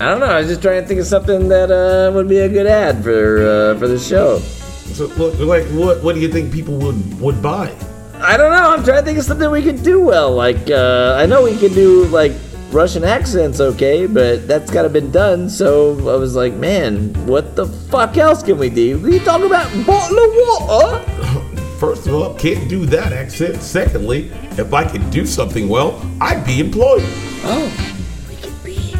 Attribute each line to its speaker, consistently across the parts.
Speaker 1: I don't know. I was just trying to think of something that uh, would be a good ad for uh, for the show.
Speaker 2: So, look, like, what, what do you think people would would buy?
Speaker 1: I don't know. I'm trying to think of something we could do well. Like uh, I know we could do like Russian accents, okay, but that's gotta been done. So I was like, man, what the fuck else can we do? We talk about bottle of water.
Speaker 2: First of all, can't do that accent. Secondly, if I could do something well, I'd be employed.
Speaker 1: Oh, we could be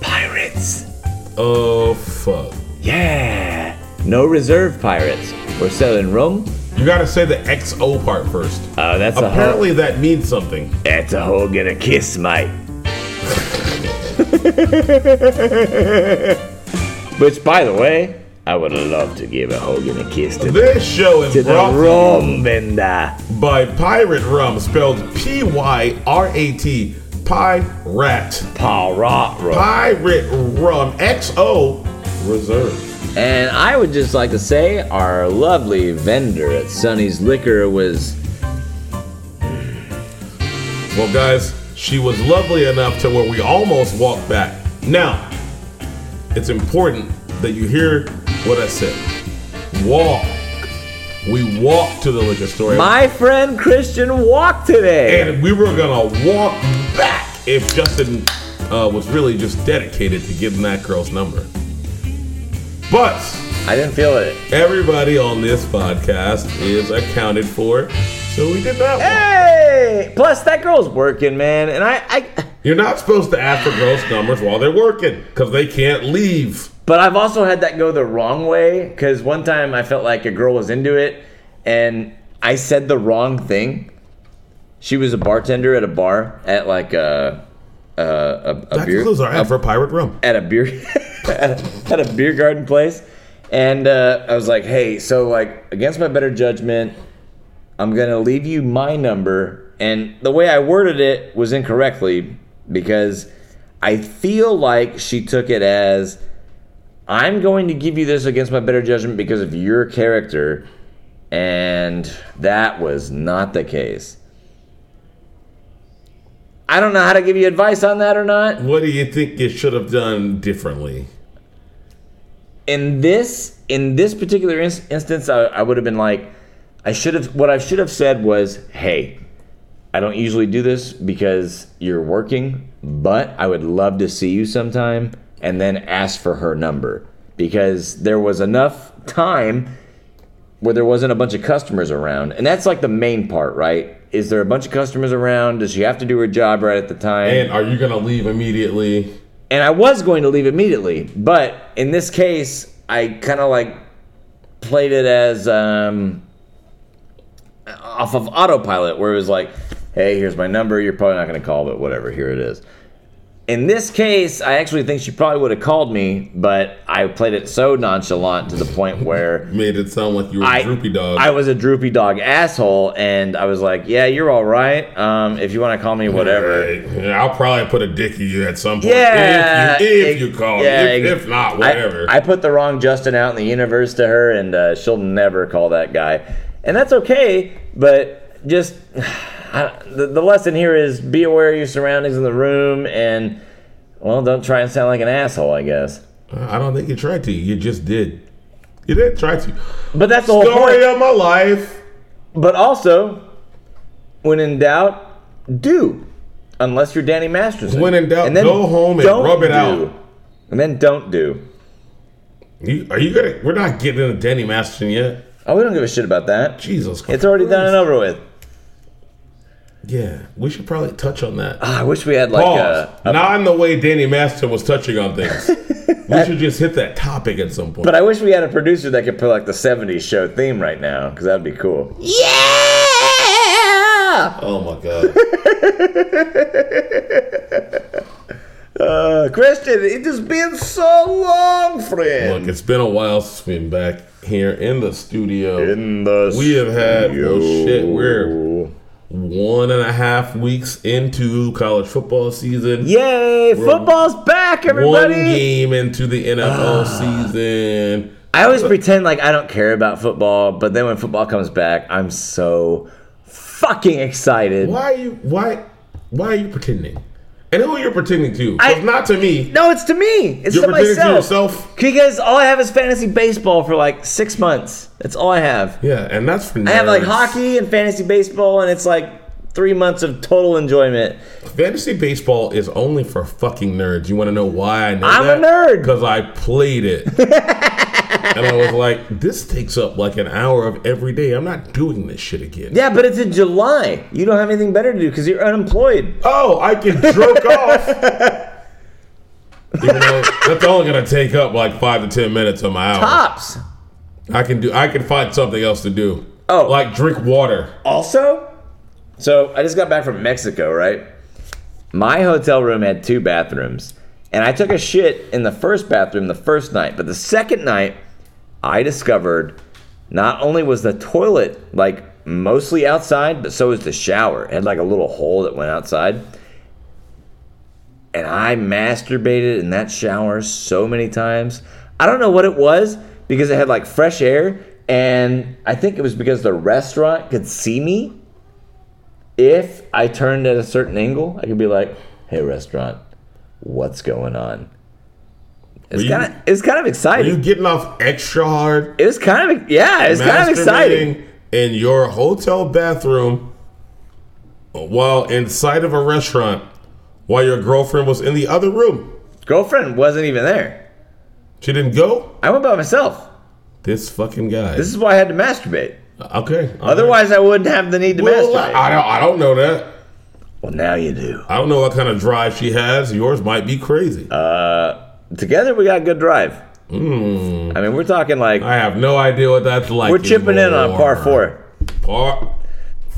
Speaker 1: pirates.
Speaker 2: Oh fuck!
Speaker 1: Yeah. No reserve pirates. We're selling rum.
Speaker 2: You gotta say the XO part first.
Speaker 1: Oh, that's
Speaker 2: Apparently, that means something.
Speaker 1: a hoe. That's a hoe gonna kiss, mate. Which, by the way, I would love to give a Hogan a kiss to
Speaker 2: This show is
Speaker 1: to the
Speaker 2: brought
Speaker 1: rum bender.
Speaker 2: by Pirate Rum, spelled P Y R A T, Pirate.
Speaker 1: Parrot rum.
Speaker 2: Pirate Rum XO Reserve.
Speaker 1: And I would just like to say our lovely vendor at Sonny's Liquor was
Speaker 2: Well, guys, she was lovely enough to where we almost walked back. Now, it's important that you hear what I said. Walk. We walked to the liquor store.
Speaker 1: my friend Christian Walk today.
Speaker 2: and we were gonna walk back if Justin uh, was really just dedicated to giving that girl's number. But
Speaker 1: I didn't feel it.
Speaker 2: everybody on this podcast is accounted for, so we did not. walk.
Speaker 1: Hey! Plus, that girl's working, man. And I, I,
Speaker 2: You're not supposed to ask for girls' numbers while they're working because they can't leave.
Speaker 1: But I've also had that go the wrong way because one time I felt like a girl was into it and I said the wrong thing. She was a bartender at a bar at like a a, a, a
Speaker 2: That
Speaker 1: beer
Speaker 2: concludes our ad for Pirate Rum.
Speaker 1: at a beer at, a, at a beer garden place, and uh, I was like, "Hey, so like against my better judgment, I'm gonna leave you my number." And the way I worded it was incorrectly because I feel like she took it as, "I'm going to give you this against my better judgment because of your character," and that was not the case. I don't know how to give you advice on that or not.
Speaker 2: What do you think you should have done differently?
Speaker 1: in this in this particular ins- instance I, I would have been like i should have what i should have said was hey i don't usually do this because you're working but i would love to see you sometime and then ask for her number because there was enough time where there wasn't a bunch of customers around and that's like the main part right is there a bunch of customers around does she have to do her job right at the time
Speaker 2: And are you gonna leave immediately?
Speaker 1: and I was going to leave immediately, but in this case, I kind of like played it as um, off of autopilot, where it was like, "Hey, here's my number. You're probably not going to call, but whatever. Here it is." In this case, I actually think she probably would have called me, but I played it so nonchalant to the point where
Speaker 2: Made it sound like you were
Speaker 1: I,
Speaker 2: a droopy dog.
Speaker 1: I was a droopy dog asshole, and I was like, "Yeah, you're all right. Um, if you want to call me, whatever."
Speaker 2: Right. I'll probably put a dick in you at some point.
Speaker 1: Yeah.
Speaker 2: If you, if
Speaker 1: ex-
Speaker 2: you call.
Speaker 1: yeah,
Speaker 2: if,
Speaker 1: ex-
Speaker 2: if not,
Speaker 1: I-
Speaker 2: whatever.
Speaker 1: I, put the wrong Justin out in the universe to her, and uh, she'll never call that guy. And that's okay, but just I, the, the lesson here is be aware of your surroundings in the room and, well, don't try and sound like an asshole, I guess.
Speaker 2: I, don't think you tried to. You just did. You did try to.
Speaker 1: But that's the whole point.
Speaker 2: Story of my life.
Speaker 1: But also, when in doubt, do. Unless you're Danny Masterson.
Speaker 2: When in doubt, go home and
Speaker 1: don't
Speaker 2: rub it
Speaker 1: do.
Speaker 2: out.
Speaker 1: And then don't do.
Speaker 2: You, are you gonna? We're not getting into Danny Masterson yet.
Speaker 1: Oh, we don't give a shit about that.
Speaker 2: Jesus Christ.
Speaker 1: It's already done and over with.
Speaker 2: Yeah, we should probably touch on that.
Speaker 1: Ah, I wish we had like uh,
Speaker 2: Pause.
Speaker 1: a,
Speaker 2: not in the way Danny Masterson was touching on things. we should just hit that topic at some point.
Speaker 1: but I wish we had a producer that could play like the '70s show theme right now because that'd be cool. Yeah.
Speaker 2: oh my god.
Speaker 1: Uh, Christian, it has been so long,
Speaker 2: Look,
Speaker 1: friend.
Speaker 2: it's been a while since we've been back here in the studio.
Speaker 1: In the
Speaker 2: We have had- oh, shit, we're-
Speaker 1: we're
Speaker 2: one and a half weeks into college football season.
Speaker 1: yay! Football's back,
Speaker 2: One
Speaker 1: everybody. Ah.
Speaker 2: game into the NFL season.
Speaker 1: I always pretend like I don't care about football, but then when football comes back, I'm so fucking excited.
Speaker 2: Why are you why why are you pretending? And who are you pretending to? 'Cause
Speaker 1: I-
Speaker 2: not to me.
Speaker 1: No, it's to me. It's
Speaker 2: You're
Speaker 1: to
Speaker 2: pretending
Speaker 1: myself.
Speaker 2: to yourself.
Speaker 1: Because all I have is fantasy baseball for like six months. That's all I have.
Speaker 2: Yeah, and that's for nerds.
Speaker 1: I have like hockey and fantasy baseball, and it's like three months of total enjoyment.
Speaker 2: Fantasy baseball is only for fucking nerds. You want to know why I know
Speaker 1: I'm a nerd.
Speaker 2: Because I played it. and I was like, this takes up like an hour of every day. I'm not doing this shit again.
Speaker 1: Yeah, but it's in July. You don't have anything better to do because you're unemployed.
Speaker 2: Oh, I can jerk off. Even though that's only gonna take up like five to ten minutes of my hour.
Speaker 1: Pops.
Speaker 2: I can do. I can find something else to do.
Speaker 1: Oh.
Speaker 2: like drink water.
Speaker 1: Also, so I just got back from Mexico, right? My hotel room had two bathrooms, and I took a shit in the first bathroom the first night, but the second night, I discovered not only was the toilet like mostly outside, but so was the shower. It had like a little hole that went outside. And I masturbated in that shower so many times. I don't know what it was because it had like fresh air. And I think it was because the restaurant could see me. If I turned at a certain angle, I could be like, hey, restaurant, what's going on? It's
Speaker 2: Were you-
Speaker 1: kind of it's kind of
Speaker 2: Are
Speaker 1: exciting.
Speaker 2: you getting off extra hard?
Speaker 1: It was kind of yeah, it was kind of exciting.
Speaker 2: Masturbating In your hotel bathroom, while inside of a restaurant, while your girlfriend was in the other room.
Speaker 1: Girlfriend wasn't even there.
Speaker 2: She didn't go.
Speaker 1: I went by myself.
Speaker 2: This fucking guy.
Speaker 1: This is why I had to masturbate.
Speaker 2: okay. all
Speaker 1: Otherwise, I wouldn't have the need to
Speaker 2: right. well,
Speaker 1: masturbate.
Speaker 2: I don't. I don't know that.
Speaker 1: well, now you do.
Speaker 2: I don't know what kind of drive she has. Yours might be crazy.
Speaker 1: Uh, Together, we got a good drive.
Speaker 2: Hmm.
Speaker 1: I mean, we're talking like
Speaker 2: I have no idea what that's like.
Speaker 1: we're chipping in on par
Speaker 2: anymore.
Speaker 1: four.
Speaker 2: Par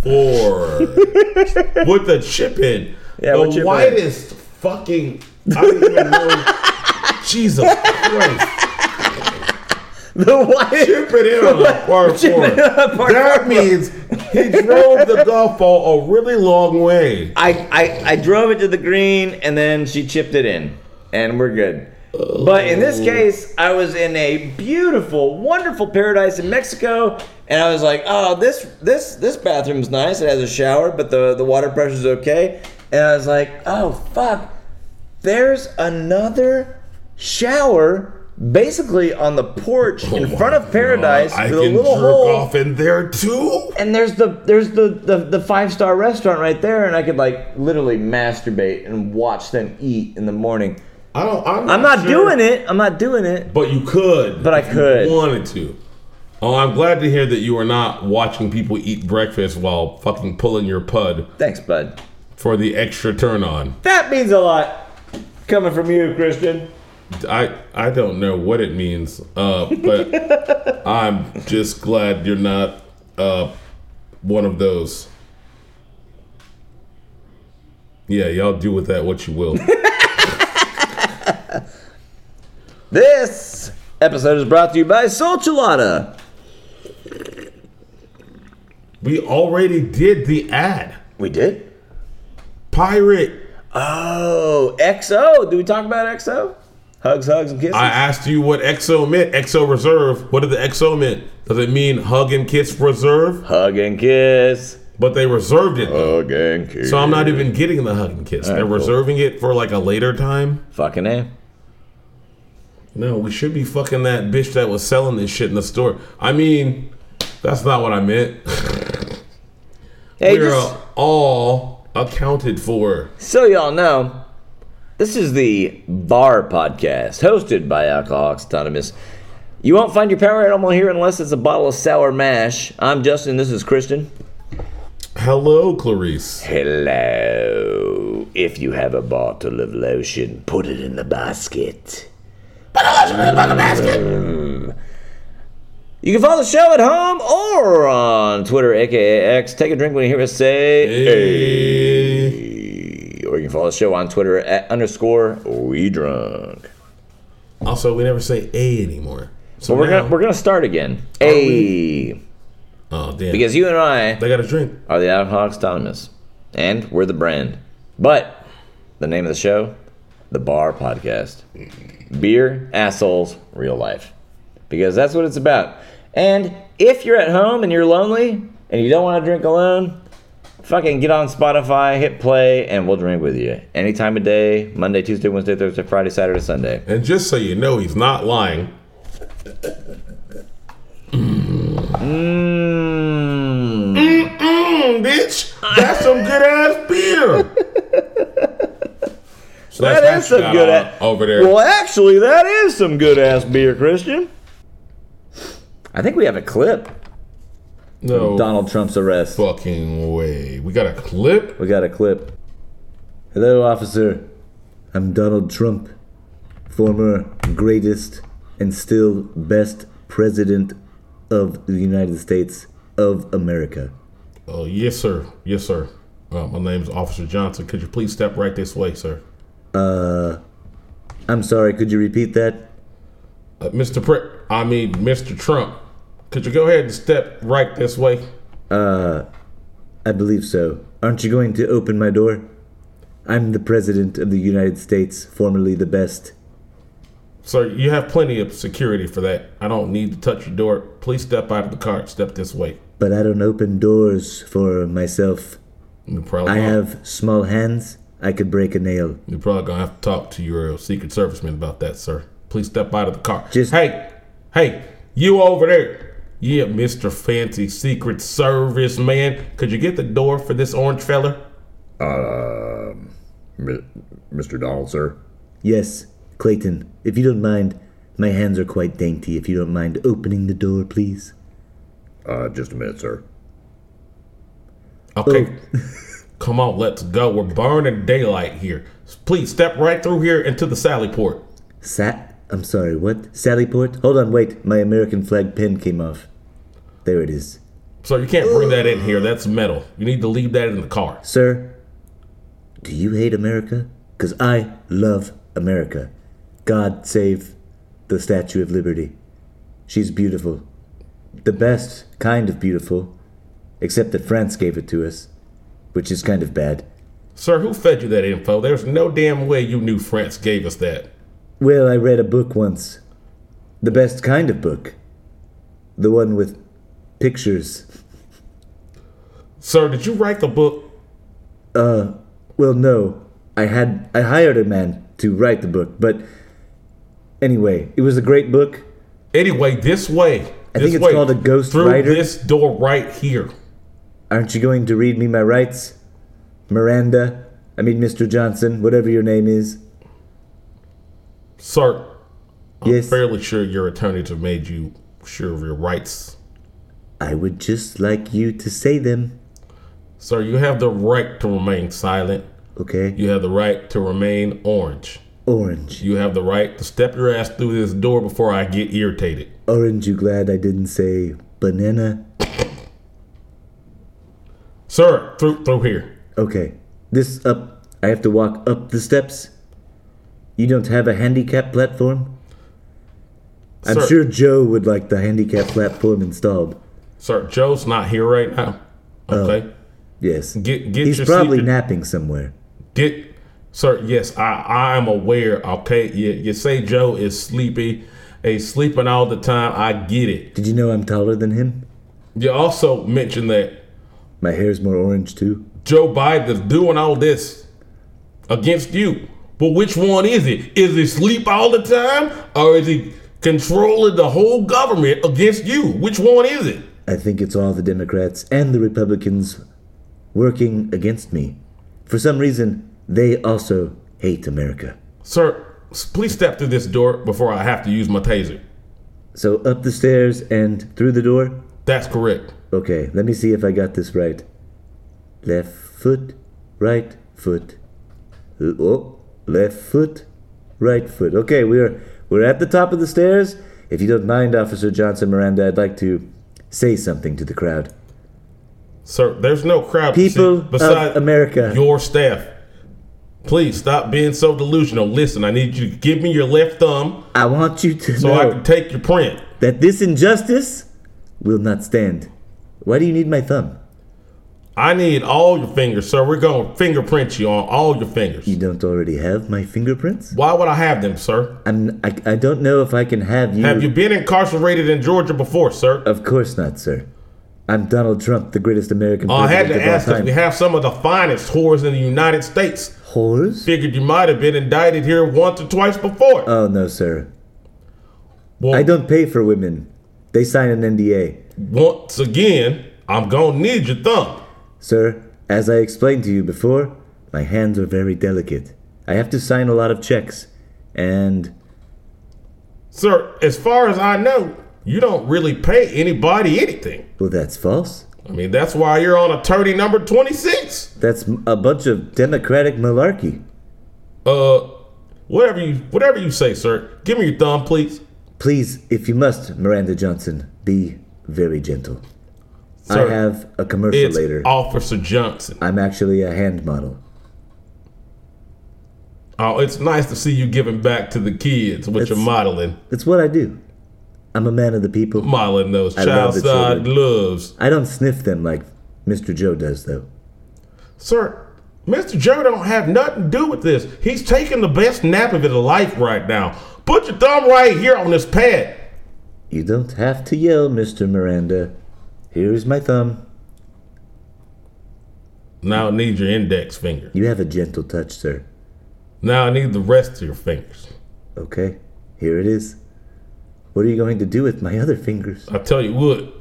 Speaker 2: four. With the chip in.
Speaker 1: Yeah, with chip
Speaker 2: the
Speaker 1: in.
Speaker 2: widest fucking. I don't even know. Jesus Christ.
Speaker 1: The wide
Speaker 2: Chip it in on a par
Speaker 1: Chip
Speaker 2: four.
Speaker 1: it in on a par
Speaker 2: that
Speaker 1: four.
Speaker 2: means he drove the golf ball a really long way.
Speaker 1: I, I I drove it to the green and then she chipped it in, and we're good. But in
Speaker 2: Oh.
Speaker 1: this case, I was in a beautiful, wonderful paradise in Mexico, and I was like, "Oh, this this this bathroom's nice. It has a shower, but the the water pressure's okay." And I was like, "Oh fuck, there's another shower, basically on the porch
Speaker 2: Oh
Speaker 1: in
Speaker 2: my
Speaker 1: front of paradise
Speaker 2: God, Uh, I
Speaker 1: with a
Speaker 2: can
Speaker 1: little
Speaker 2: jerk
Speaker 1: hole."
Speaker 2: off in there too.
Speaker 1: and there's the there's the the, the five star restaurant right there, and I could like literally masturbate and watch them eat in the morning.
Speaker 2: I don't. I'm,
Speaker 1: I'm not
Speaker 2: sure,
Speaker 1: doing it. I'm not doing it.
Speaker 2: But you could.
Speaker 1: But I
Speaker 2: if
Speaker 1: could.
Speaker 2: You wanted to. Oh, I'm glad to hear that you are not watching people eat breakfast while fucking pulling your pud
Speaker 1: Thanks, bud.
Speaker 2: for the extra turn on.
Speaker 1: That means a lot coming from you, Christian.
Speaker 2: I I don't know what it means, uh, but I'm just glad you're not uh, one of those. Yeah, y'all do with that what you will.
Speaker 1: This episode is brought to you by Solchilada.
Speaker 2: we already did the ad.
Speaker 1: We did.
Speaker 2: Pirate
Speaker 1: Oh, XO. Did we talk about XO? Hugs, hugs, and kisses.
Speaker 2: I asked you what XO meant. XO Reserve. What did the XO mean? Does it mean hug and kiss reserve?
Speaker 1: Hug and kiss.
Speaker 2: But they reserved it.
Speaker 1: Hug and kiss.
Speaker 2: so I'm not even getting the hug and kiss. They're
Speaker 1: cool.
Speaker 2: reserving it for like a later time.
Speaker 1: fucking a.
Speaker 2: No, we should be fucking that bitch that was selling this shit in the store. I mean, that's not what I meant.
Speaker 1: Hey,
Speaker 2: We're
Speaker 1: just-
Speaker 2: all accounted for.
Speaker 1: So, y'all know, this is the Bar Podcast, hosted by Alcoholics Anonymous. You won't find your power animal here unless it's a bottle of sour mash. I'm Justin, this is Christian.
Speaker 2: Hello, Clarice.
Speaker 1: Hello. If you have a bottle of lotion, put it in the basket. Put a lotion in the basket! You can follow the show at home or on Twitter, aka X. Take a drink when you hear us say.
Speaker 2: Hey.
Speaker 1: Or you can follow the show on Twitter at underscore we drunk.
Speaker 2: Also, we never say A anymore. So
Speaker 1: But we're
Speaker 2: now,
Speaker 1: gonna we're gonna start again. Hey,
Speaker 2: oh damn,
Speaker 1: because you and I
Speaker 2: they got a drink.
Speaker 1: are the Alcoholics Anonymous, and we're the brand. But the name of the show, the Bar Podcast, beer, assholes, real life, because that's what it's about. And if you're at home and you're lonely and you don't want to drink alone,
Speaker 3: fucking get on Spotify, hit play, and we'll drink with you any time of day Monday, Tuesday, Wednesday, Thursday, Friday, Saturday, Sunday.
Speaker 2: And just so you know, he's not lying.
Speaker 3: Mmm.
Speaker 2: Mm, bitch, that's some good ass beer. So that's
Speaker 3: That is
Speaker 2: what you
Speaker 3: some
Speaker 2: got
Speaker 3: good
Speaker 2: on
Speaker 3: ass.
Speaker 2: over there.
Speaker 3: Well, actually, that is some good ass beer, Christian. I think we have a clip.
Speaker 2: no
Speaker 3: Donald Trump's arrest.
Speaker 2: fucking way. We got a clip.
Speaker 3: We got a clip. Hello, officer. I'm Donald Trump, former greatest and still best president of the United States of America.
Speaker 2: Oh yes, sir. Yes, sir. Uh, my name's Officer Johnson. Could you please step right this way, sir?
Speaker 3: I'm sorry, could you repeat that?
Speaker 2: Uh, Mr. Pre- I mean, Mr. Trump. Could you go ahead and step right this way?
Speaker 3: I believe so. Aren't you going to open my door? I'm the president of the United States, formerly the best.
Speaker 2: Sir, you have plenty of security for that. I don't need to touch your door. Please step out of the car. and Step this way.
Speaker 3: But I don't open doors for myself.
Speaker 2: You probably
Speaker 3: I
Speaker 2: won't.
Speaker 3: have small hands. I could break a nail.
Speaker 2: You're probably gonna have to talk to your uh, Secret Serviceman about that, sir. Please step out of the car.
Speaker 3: Just-
Speaker 2: hey, hey, you over there? Yeah, Mister Fancy Secret Service man. Could you get the door for this orange fella?
Speaker 4: Mr. Donald, sir.
Speaker 3: Yes, Clayton, if you don't mind, my hands are quite dainty. If you don't mind opening the door, please.
Speaker 4: Uh, just a minute, sir.
Speaker 2: Okay. Come on, let's go. We're burning daylight here. Please step right through here into the Sally Port.
Speaker 3: Sat. I'm sorry, what? Sallyport? Hold on, wait. My American flag pin came off. There it is.
Speaker 2: Sir, you can't bring that in here. That's metal. You need to leave that in the car.
Speaker 3: Sir, do you hate America? Because I love America. God save the Statue of Liberty. She's beautiful. The best kind of beautiful, except that France gave it to us, which is kind of bad.
Speaker 2: Sir, who fed you that info? There's no damn way you knew France gave us that.
Speaker 3: Well, I read a book once. The best kind of book. The one with pictures.
Speaker 2: Sir, did you write the book?
Speaker 3: Well, no. I had I hired a man to write the book, but anyway, it was a great book.
Speaker 2: Anyway, this way.
Speaker 3: I
Speaker 2: This
Speaker 3: think it's
Speaker 2: way.
Speaker 3: called a ghost
Speaker 2: Through
Speaker 3: rider.
Speaker 2: this door right here.
Speaker 3: Aren't you going to read me my rights? Miranda, I mean Mr. Johnson, whatever your name is.
Speaker 2: Sir,
Speaker 3: yes.
Speaker 2: fairly sure your attorneys have made you sure of your rights.
Speaker 3: I would just like you to say them.
Speaker 2: Sir, you have the right to remain silent.
Speaker 3: Okay.
Speaker 2: You have the right to remain orange.
Speaker 3: Orange.
Speaker 2: You have the right to step your ass through this door before I get irritated.
Speaker 3: Orange, you glad I didn't say banana?
Speaker 2: Sir, through through here.
Speaker 3: Okay. This up. I have to walk up the steps. You don't have a handicap platform? I'm
Speaker 2: Sir.
Speaker 3: sure Joe would like the handicap platform installed.
Speaker 2: Sir, Joe's not here right now. Okay.
Speaker 3: Yes.
Speaker 2: Get get
Speaker 3: Oh. He's
Speaker 2: your
Speaker 3: probably
Speaker 2: secret-
Speaker 3: napping somewhere.
Speaker 2: Get, sir. Yes, I I am aware. Okay, you, you say Joe is sleepy, he's sleeping all the time. I get it.
Speaker 3: Did you know I'm taller than him?
Speaker 2: You also mentioned that
Speaker 3: My hair's more orange too.
Speaker 2: Joe Biden is doing all this against you. But which one is it? Is he sleep all the time, or is he controlling the whole government against you? Which one is it?
Speaker 3: I think it's all the Democrats and the Republicans working against me. For some reason, they also hate America.
Speaker 2: Sir, s- please step through this door before I have to use my taser.
Speaker 3: So up the stairs and through the door.
Speaker 2: That's correct.
Speaker 3: Okay, let me see if I got this right. Left foot, right foot. L- Oh, left foot, right foot. Okay, we're we're at the top of the stairs. If you don't mind, Officer Johnson Miranda, I'd like to say something to the crowd.
Speaker 2: Sir, there's no crowd
Speaker 3: People
Speaker 2: besi- beside
Speaker 3: of America.
Speaker 2: your staff. Please stop being so delusional. Listen, I need you to give me your left thumb
Speaker 3: I want you to
Speaker 2: so
Speaker 3: know
Speaker 2: I can take your print.
Speaker 3: that this injustice will not stand. Why do you need my thumb?
Speaker 2: I need all your fingers, sir. We're going to fingerprint you on all your fingers.
Speaker 3: You don't already have my fingerprints?
Speaker 2: Why would I have them, sir?
Speaker 3: I'm, I, I don't know if I can have you.
Speaker 2: Have you been incarcerated in Georgia before, sir?
Speaker 3: Of course not, sir. I'm Donald Trump, the greatest American
Speaker 2: Oh, I had to
Speaker 3: president
Speaker 2: ask
Speaker 3: of
Speaker 2: because
Speaker 3: all time.
Speaker 2: we have some of the finest whores in the United States.
Speaker 3: Whores?
Speaker 2: Figured you might have been indicted here once or twice before.
Speaker 3: Oh no, sir.
Speaker 2: well,
Speaker 3: I don't pay for women. They sign an NDA.
Speaker 2: once again, I'm gonna need your thumb.
Speaker 3: Sir, as I explained to you before, my hands are very delicate. I have to sign a lot of checks. And
Speaker 2: Sir, as far as I know, you don't really pay anybody anything.
Speaker 3: well, that's false.
Speaker 2: I mean, that's why you're on attorney number 26.
Speaker 3: That's m- a bunch of democratic malarkey.
Speaker 2: Uh, whatever you whatever you say, sir. Give me your thumb, please.
Speaker 3: Please, if you must, Miranda Johnson, be very gentle.
Speaker 2: Sir,
Speaker 3: I have a commercial
Speaker 2: It's
Speaker 3: later.
Speaker 2: Officer Johnson.
Speaker 3: I'm actually a hand model.
Speaker 2: Oh, it's nice to see you giving back to the kids with your
Speaker 3: It's-
Speaker 2: modeling,
Speaker 3: It's what I do. I'm a man of the people.
Speaker 2: modeling those
Speaker 3: I love
Speaker 2: child
Speaker 3: the
Speaker 2: side
Speaker 3: children.
Speaker 2: gloves,
Speaker 3: I don't sniff them like Mr. Joe does, though.
Speaker 2: sir. Mr. Joe don't have nothing to do with this. He's taking the best nap of his life right now. Put your thumb right here on this pad.
Speaker 3: You don't have to yell, Mr. Miranda. Here's my thumb.
Speaker 2: Now I need your index finger.
Speaker 3: You have a gentle touch, sir.
Speaker 2: Now I need the rest of your fingers.
Speaker 3: Okay, here it is. What are you going to do with my other fingers?
Speaker 2: I tell you what,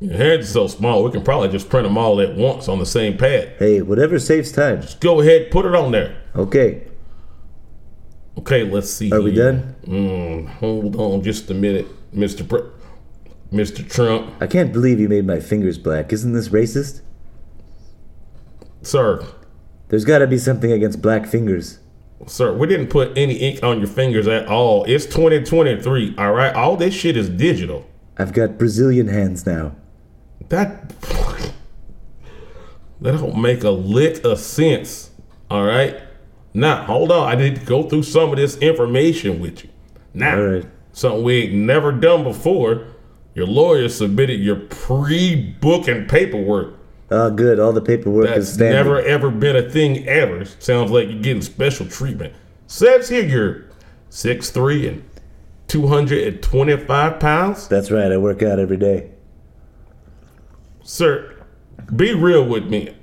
Speaker 2: your hands are so small, we can probably just print them all at once on the same pad.
Speaker 3: Hey, whatever saves time.
Speaker 2: Go ahead, put it on there.
Speaker 3: Okay,
Speaker 2: Okay, let's see.
Speaker 3: are we
Speaker 2: here.
Speaker 3: done?
Speaker 2: Mm, hold on just a minute, Mr. Pr- Mr. Trump.
Speaker 3: I can't believe you made my fingers black. Isn't this racist?
Speaker 2: Sir,
Speaker 3: There's gotta be something against black fingers.
Speaker 2: sir, we didn't put any ink on your fingers at all. It's 2023, all right? All this shit is digital.
Speaker 3: I've got Brazilian hands now.
Speaker 2: That that don't make a lick of sense. All right. Now hold on. I need to go through some of this information with you. Now,
Speaker 3: All right.
Speaker 2: something we ain't never done before. Your lawyer submitted your pre-booking paperwork.
Speaker 3: Ah, good, all the paperwork is
Speaker 2: That's
Speaker 3: standard.
Speaker 2: never ever been a thing ever. Sounds like you're getting special treatment. Says here you're six three and two hundred and twenty-five pounds.
Speaker 3: That's right, I work out every day.
Speaker 2: sir, be real with me.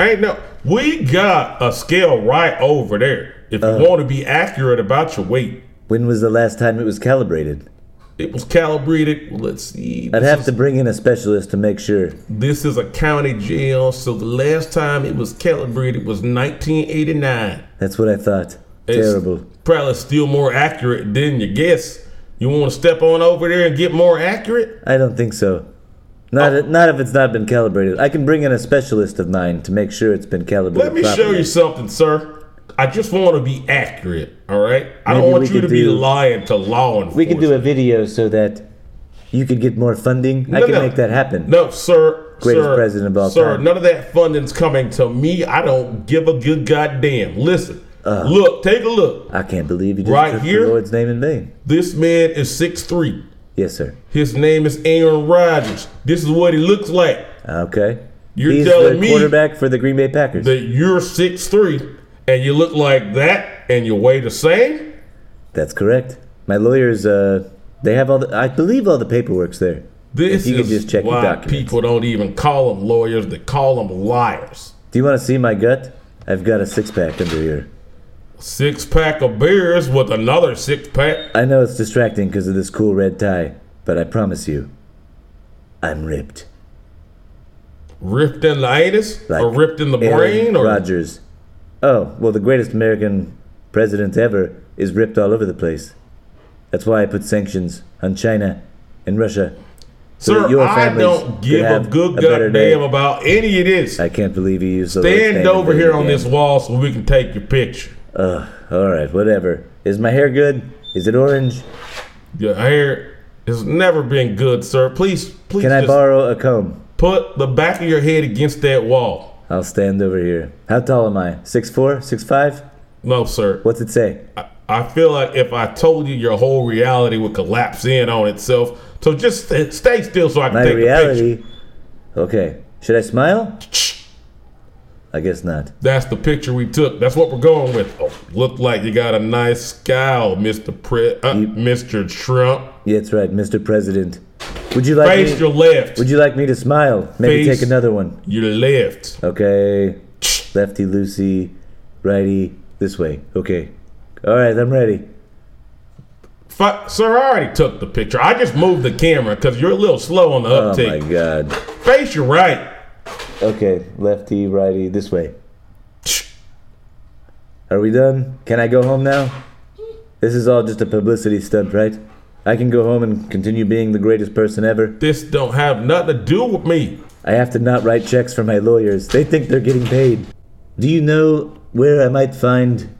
Speaker 2: Ain't no, we got a scale right over there. If
Speaker 3: Uh.
Speaker 2: you want to be accurate about your weight,
Speaker 3: When was the last time it was calibrated?
Speaker 2: it was calibrated. Let's see.
Speaker 3: I'd
Speaker 2: this
Speaker 3: have
Speaker 2: is-
Speaker 3: to bring in a specialist to make sure.
Speaker 2: This is a county jail, so the last time it was calibrated was 1989.
Speaker 3: That's what I thought.
Speaker 2: It's
Speaker 3: Terrible.
Speaker 2: Probably still more accurate than your guess. You want to step on over there and get more accurate?
Speaker 3: I don't think so. Not,
Speaker 2: Oh.
Speaker 3: not if it's not been calibrated. I can bring in a specialist of mine to make sure it's been calibrated.
Speaker 2: Let me show
Speaker 3: properly.
Speaker 2: you something, sir. I just want to be accurate, all right? I
Speaker 3: Maybe
Speaker 2: don't want
Speaker 3: we
Speaker 2: you to
Speaker 3: could
Speaker 2: be
Speaker 3: do-
Speaker 2: lying to law enforcement.
Speaker 3: We could do a video so that you could get more funding. I
Speaker 2: No,
Speaker 3: can
Speaker 2: no.
Speaker 3: make that happen.
Speaker 2: No, sir.
Speaker 3: Greatest
Speaker 2: sir,
Speaker 3: president of all
Speaker 2: Sir,
Speaker 3: time.
Speaker 2: none of that funding's coming to me. I don't give a good goddamn. Listen,
Speaker 3: Uh.
Speaker 2: look, take a look.
Speaker 3: I can't believe you just
Speaker 2: Right
Speaker 3: took
Speaker 2: here?
Speaker 3: the Lord's name in vain.
Speaker 2: This man is 6'3.
Speaker 3: Yes, sir.
Speaker 2: His name is Aaron Rodgers. This is what he looks like.
Speaker 3: Okay.
Speaker 2: You're
Speaker 3: He's
Speaker 2: telling
Speaker 3: the
Speaker 2: me-
Speaker 3: quarterback for the Green Bay Packers.
Speaker 2: That you're 6'3 and you look like that and you weigh the same?
Speaker 3: That's correct. My lawyers, uh, they have all the. I believe all the paperwork's there.
Speaker 2: This
Speaker 3: you could
Speaker 2: is
Speaker 3: just check your
Speaker 2: why
Speaker 3: documents.
Speaker 2: people don't even call them lawyers, they call them liars.
Speaker 3: Do you want to see my gut? I've got a six pack under here.
Speaker 2: Six pack of beers with another six pack.
Speaker 3: I know it's distracting because of this cool red tie, but I promise you, I'm ripped.
Speaker 2: Ripped in the anus or
Speaker 3: Like
Speaker 2: ripped in the
Speaker 3: Aaron
Speaker 2: brain or
Speaker 3: Rodgers. Oh, well, the greatest American president ever is ripped all over the place. That's why I put sanctions on China and Russia. So that
Speaker 2: Sir,
Speaker 3: your
Speaker 2: I
Speaker 3: families
Speaker 2: don't
Speaker 3: could
Speaker 2: give a
Speaker 3: have
Speaker 2: good
Speaker 3: a better day.
Speaker 2: goddamn about any of this.
Speaker 3: I can't believe you used the Lord's
Speaker 2: Stand
Speaker 3: name
Speaker 2: over
Speaker 3: in vain
Speaker 2: here on
Speaker 3: again.
Speaker 2: this wall so we can take your picture.
Speaker 3: Ugh, all right, whatever. Is my hair good? Is it orange?
Speaker 2: Your hair has never been good, sir. Please, please
Speaker 3: Can I
Speaker 2: just
Speaker 3: borrow a comb?
Speaker 2: put the back of your head against that wall.
Speaker 3: I'll stand over here. How tall am I? Six four, six five?
Speaker 2: No, sir.
Speaker 3: What's it say?
Speaker 2: I, I feel like if I told you, your whole reality would collapse in on itself. So just st- stay still so I can
Speaker 3: My
Speaker 2: take the
Speaker 3: reality. Okay. Should I smile?
Speaker 2: picture.
Speaker 3: I guess not.
Speaker 2: That's the picture we took. That's what we're going with. Oh, look like you got a nice scowl, Mr. Pre- uh, Mr. Trump.
Speaker 3: Yeah, That's right, Mr. President. Would you like
Speaker 2: Face
Speaker 3: me,
Speaker 2: your left.
Speaker 3: Would you like me to smile? Maybe
Speaker 2: Face.
Speaker 3: take another one.
Speaker 2: Your left.
Speaker 3: Okay. Lefty loosey, righty this way. Okay. All right, I'm ready.
Speaker 2: Fuck, sir, I already took the picture. I just moved the camera because you're a little slow on the
Speaker 3: Oh
Speaker 2: uptake.
Speaker 3: my god.
Speaker 2: Face your right.
Speaker 3: Okay, lefty, righty this way. Are we done? Can I go home now? This is all just a publicity stunt, right? I can go home and continue being the greatest person ever.
Speaker 2: This don't have nothing to do with me.
Speaker 3: I have to not write checks for my lawyers. They think they're getting paid. Do you know where I might find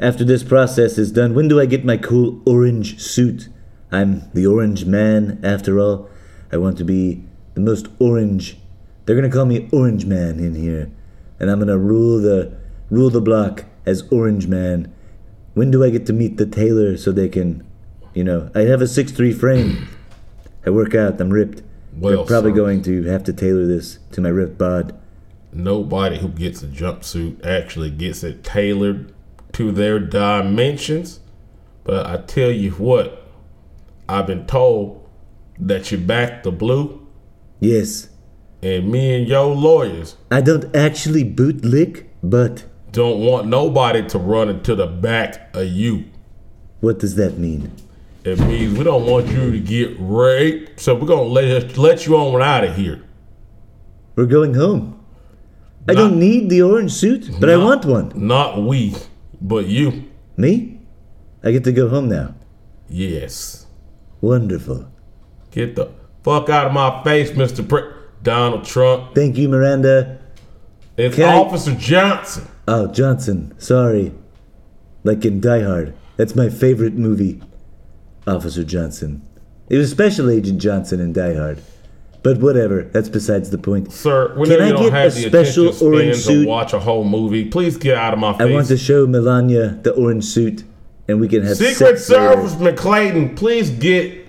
Speaker 3: after this process is done? When do I get my cool orange suit? I'm the orange man, after all. I want to be the most orange. They're gonna call me Orange Man in here, and I'm gonna rule the rule the block as Orange Man. When do I get to meet the tailor so they can, you know, I have a six-three frame. I work out. I'm ripped.
Speaker 2: Well,
Speaker 3: They're probably
Speaker 2: sir,
Speaker 3: going to have to tailor this to my ripped bod.
Speaker 2: nobody who gets a jumpsuit actually gets it tailored to their dimensions. But I tell you what, I've been told that you back the blue,
Speaker 3: Yes,
Speaker 2: and me and your lawyers
Speaker 3: I don't actually bootlick, but
Speaker 2: don't want nobody to run into the back of you.
Speaker 3: what does that mean?
Speaker 2: It means we don't want you to get raped, so we're gonna let let you on out of here.
Speaker 3: We're going home. I don't need the orange suit, but I
Speaker 2: No.
Speaker 3: want one.
Speaker 2: Not we, but you.
Speaker 3: Me? I get to go home now.
Speaker 2: Yes.
Speaker 3: Wonderful.
Speaker 2: Get the fuck out of my face, Mr. Pre- Donald Trump.
Speaker 3: Thank you, Miranda.
Speaker 2: It's
Speaker 3: Can I-
Speaker 2: Officer Johnson.
Speaker 3: Oh, Johnson, sorry. Like in Die Hard. That's my favorite movie. Officer Johnson. It was Special Agent Johnson in Die Hard. But whatever, that's besides the point.
Speaker 2: Sir, we know
Speaker 3: Can I
Speaker 2: you don't
Speaker 3: get
Speaker 2: have
Speaker 3: a
Speaker 2: the
Speaker 3: special
Speaker 2: attention span
Speaker 3: orange
Speaker 2: to
Speaker 3: suit?
Speaker 2: watch a whole movie. Please get out of my face.
Speaker 3: I want to show Melania the orange suit, and we can have
Speaker 2: Secret
Speaker 3: sex
Speaker 2: Service
Speaker 3: later.
Speaker 2: McClayton, please get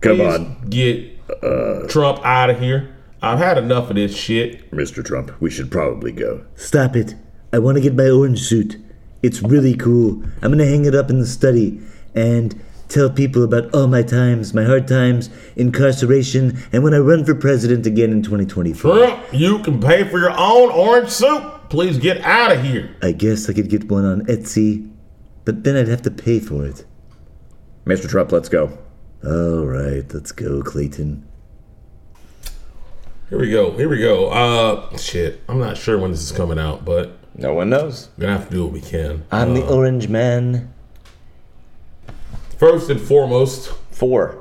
Speaker 4: Come
Speaker 2: please
Speaker 4: on,
Speaker 2: get Trump out of here. I've had enough of this shit.
Speaker 4: Mr. Trump. We should probably go.
Speaker 3: Stop it! I want to get my orange suit. It's really cool. I'm gonna hang it up in the study and tell people about all my times, my hard times, incarceration, and when I run for president again in 2024.
Speaker 2: Trump, you can pay for your own orange soup. Please get out of here.
Speaker 3: I guess I could get one on Etsy, but then I'd have to pay for it.
Speaker 4: Mr. Trump, let's go.
Speaker 3: All right, let's go, Clayton.
Speaker 2: Here we go. Here we go. Uh, shit. I'm not sure when this is coming out, but
Speaker 1: No one knows.
Speaker 2: we're gonna have to do what we can.
Speaker 3: I'm the orange man.
Speaker 2: First and foremost,
Speaker 1: Four.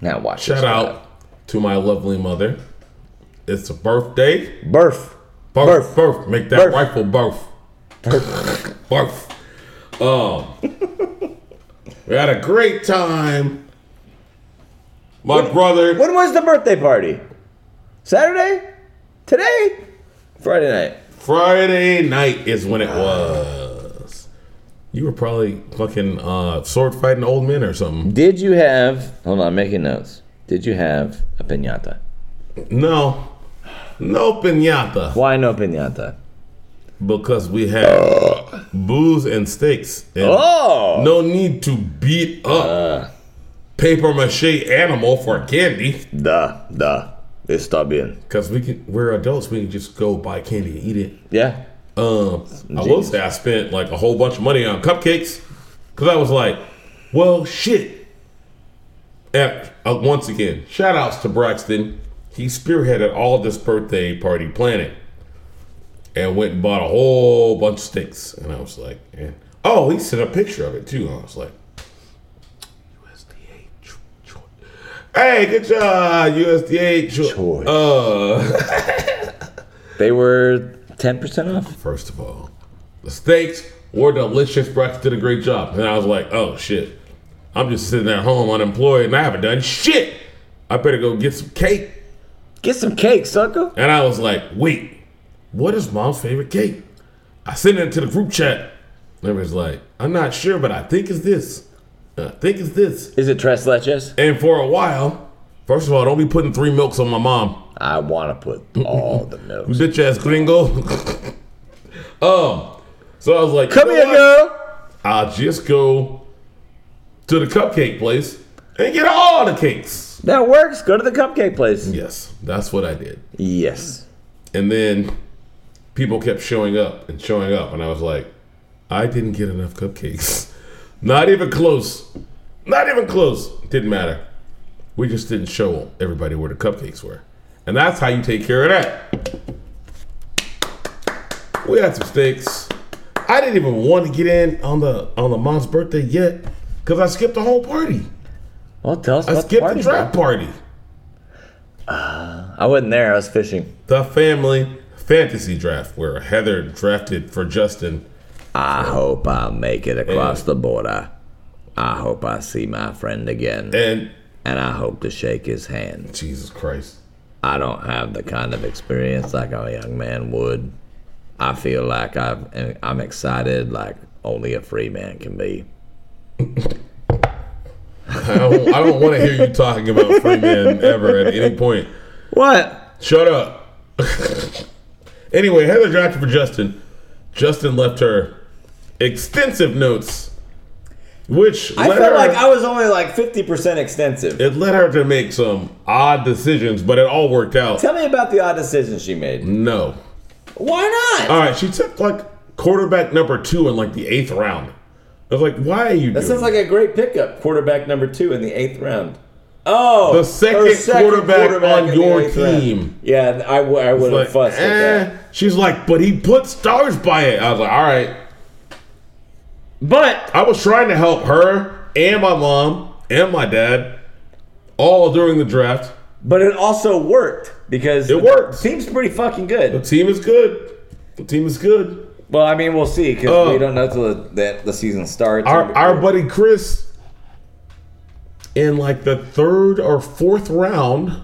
Speaker 1: Now watch.
Speaker 2: shout
Speaker 1: this.
Speaker 2: out to my lovely mother. It's a birthday.
Speaker 1: Birth.
Speaker 2: Birth,
Speaker 1: Birth.
Speaker 2: birth. Make that
Speaker 1: Birth.
Speaker 2: rifle birth. Birth. Um, we had a great time. My brother.
Speaker 1: When was the birthday party? Saturday? Today? Friday night.
Speaker 2: Friday night is when it was. You were probably fucking uh, sword fighting old men or something.
Speaker 1: Did you have? Hold on, I'm making notes. Did you have a pinata?
Speaker 2: No, no pinata
Speaker 1: Why no pinata?
Speaker 2: because we had booze and steaks. And
Speaker 1: Oh, Uh.
Speaker 2: No need to beat up paper mache animal for candy
Speaker 1: da da. Está bien.
Speaker 2: because we can. We're adults. We can just go buy candy and eat it.
Speaker 1: Yeah.
Speaker 2: Um, I will say I spent like a whole bunch of money on cupcakes because I was like, well, shit. And uh, once again, shout outs to Braxton. He spearheaded all this birthday party planning and went and bought a whole bunch of sticks. And I was like, eh. oh, he sent a picture of it too. I was like, USDA. cho- cho- Hey, good job, USDA. cho-
Speaker 3: Choice.
Speaker 2: Uh,
Speaker 1: They were ten percent off.
Speaker 2: First of all, the steaks were delicious. Brax did a great job. And I was like, oh shit. I'm just sitting at home unemployed and I haven't done shit. I better go get some cake.
Speaker 1: Get some cake, sucker.
Speaker 2: And I was like, wait, what is mom's favorite cake? I sent it to the group chat. And everybody's like, I'm not sure, but I think it's this. I think it's this.
Speaker 1: Is it tres leches?
Speaker 2: And for a while, first of all, don't be putting three milks on my mom.
Speaker 1: I want to put all the milk.
Speaker 2: Bitch ass gringo. um, so I was like, you
Speaker 1: Come
Speaker 2: know
Speaker 1: here,
Speaker 2: what?
Speaker 1: girl.
Speaker 2: I'll just go to the cupcake place and get all the cakes.
Speaker 1: That works. Go to the cupcake place.
Speaker 2: Yes, that's what I did.
Speaker 1: Yes.
Speaker 2: And then people kept showing up and showing up, and I was like, I didn't get enough cupcakes. Not even close. Not even close. Didn't matter. We just didn't show everybody where the cupcakes were. And that's how you take care of that. We had some steaks. I didn't even want to get in on the on the mom's birthday yet because I skipped the whole party.
Speaker 1: Well, tell us
Speaker 2: I
Speaker 1: about the
Speaker 2: skipped
Speaker 1: party,
Speaker 2: the draft
Speaker 1: bro.
Speaker 2: party.
Speaker 1: I wasn't there. I was fishing.
Speaker 2: The family fantasy draft where Heather drafted for Justin.
Speaker 1: I hope I make it across
Speaker 2: Yeah.
Speaker 1: the border. I hope I see my friend again,
Speaker 2: And
Speaker 1: and I hope to shake his hand.
Speaker 2: Jesus Christ.
Speaker 1: I don't have the kind of experience like a young man would. I feel like I've, and I'm excited like only a free man can be.
Speaker 2: I don't, I don't want to hear you talking about free men ever at any point.
Speaker 1: What?
Speaker 2: Shut up. anyway, Heather drafted for Justin. Justin left her extensive notes, which
Speaker 1: I
Speaker 2: led
Speaker 1: felt
Speaker 2: her,
Speaker 1: like I was only like 50% extensive.
Speaker 2: it led her to make some odd decisions, but it all worked out.
Speaker 1: Tell me about the odd decision she made.
Speaker 2: No.
Speaker 1: Why not?
Speaker 2: All right, she took like quarterback number two in like the eighth round. I was like, why are you
Speaker 1: That
Speaker 2: doing
Speaker 1: sounds like a great pickup. Quarterback number two in the eighth round. Oh,
Speaker 2: The second
Speaker 1: her
Speaker 2: quarterback
Speaker 1: in
Speaker 2: on
Speaker 1: the
Speaker 2: your
Speaker 1: eighth round.
Speaker 2: team.
Speaker 1: Yeah, I, w- I would have
Speaker 2: Like,
Speaker 1: fussed at
Speaker 2: eh.
Speaker 1: that.
Speaker 2: She's like, but he put stars by it. I was like, all right.
Speaker 1: But
Speaker 2: I was trying to help her and my mom and my dad all during the draft.
Speaker 1: but it also worked because
Speaker 2: It
Speaker 1: the
Speaker 2: worked.
Speaker 1: Team's pretty fucking good.
Speaker 2: The team is good. The team is good.
Speaker 1: Well, I mean, we'll see because
Speaker 2: Oh.
Speaker 1: we don't know till the, the, the season starts.
Speaker 2: Our our buddy Chris in like the third or fourth round,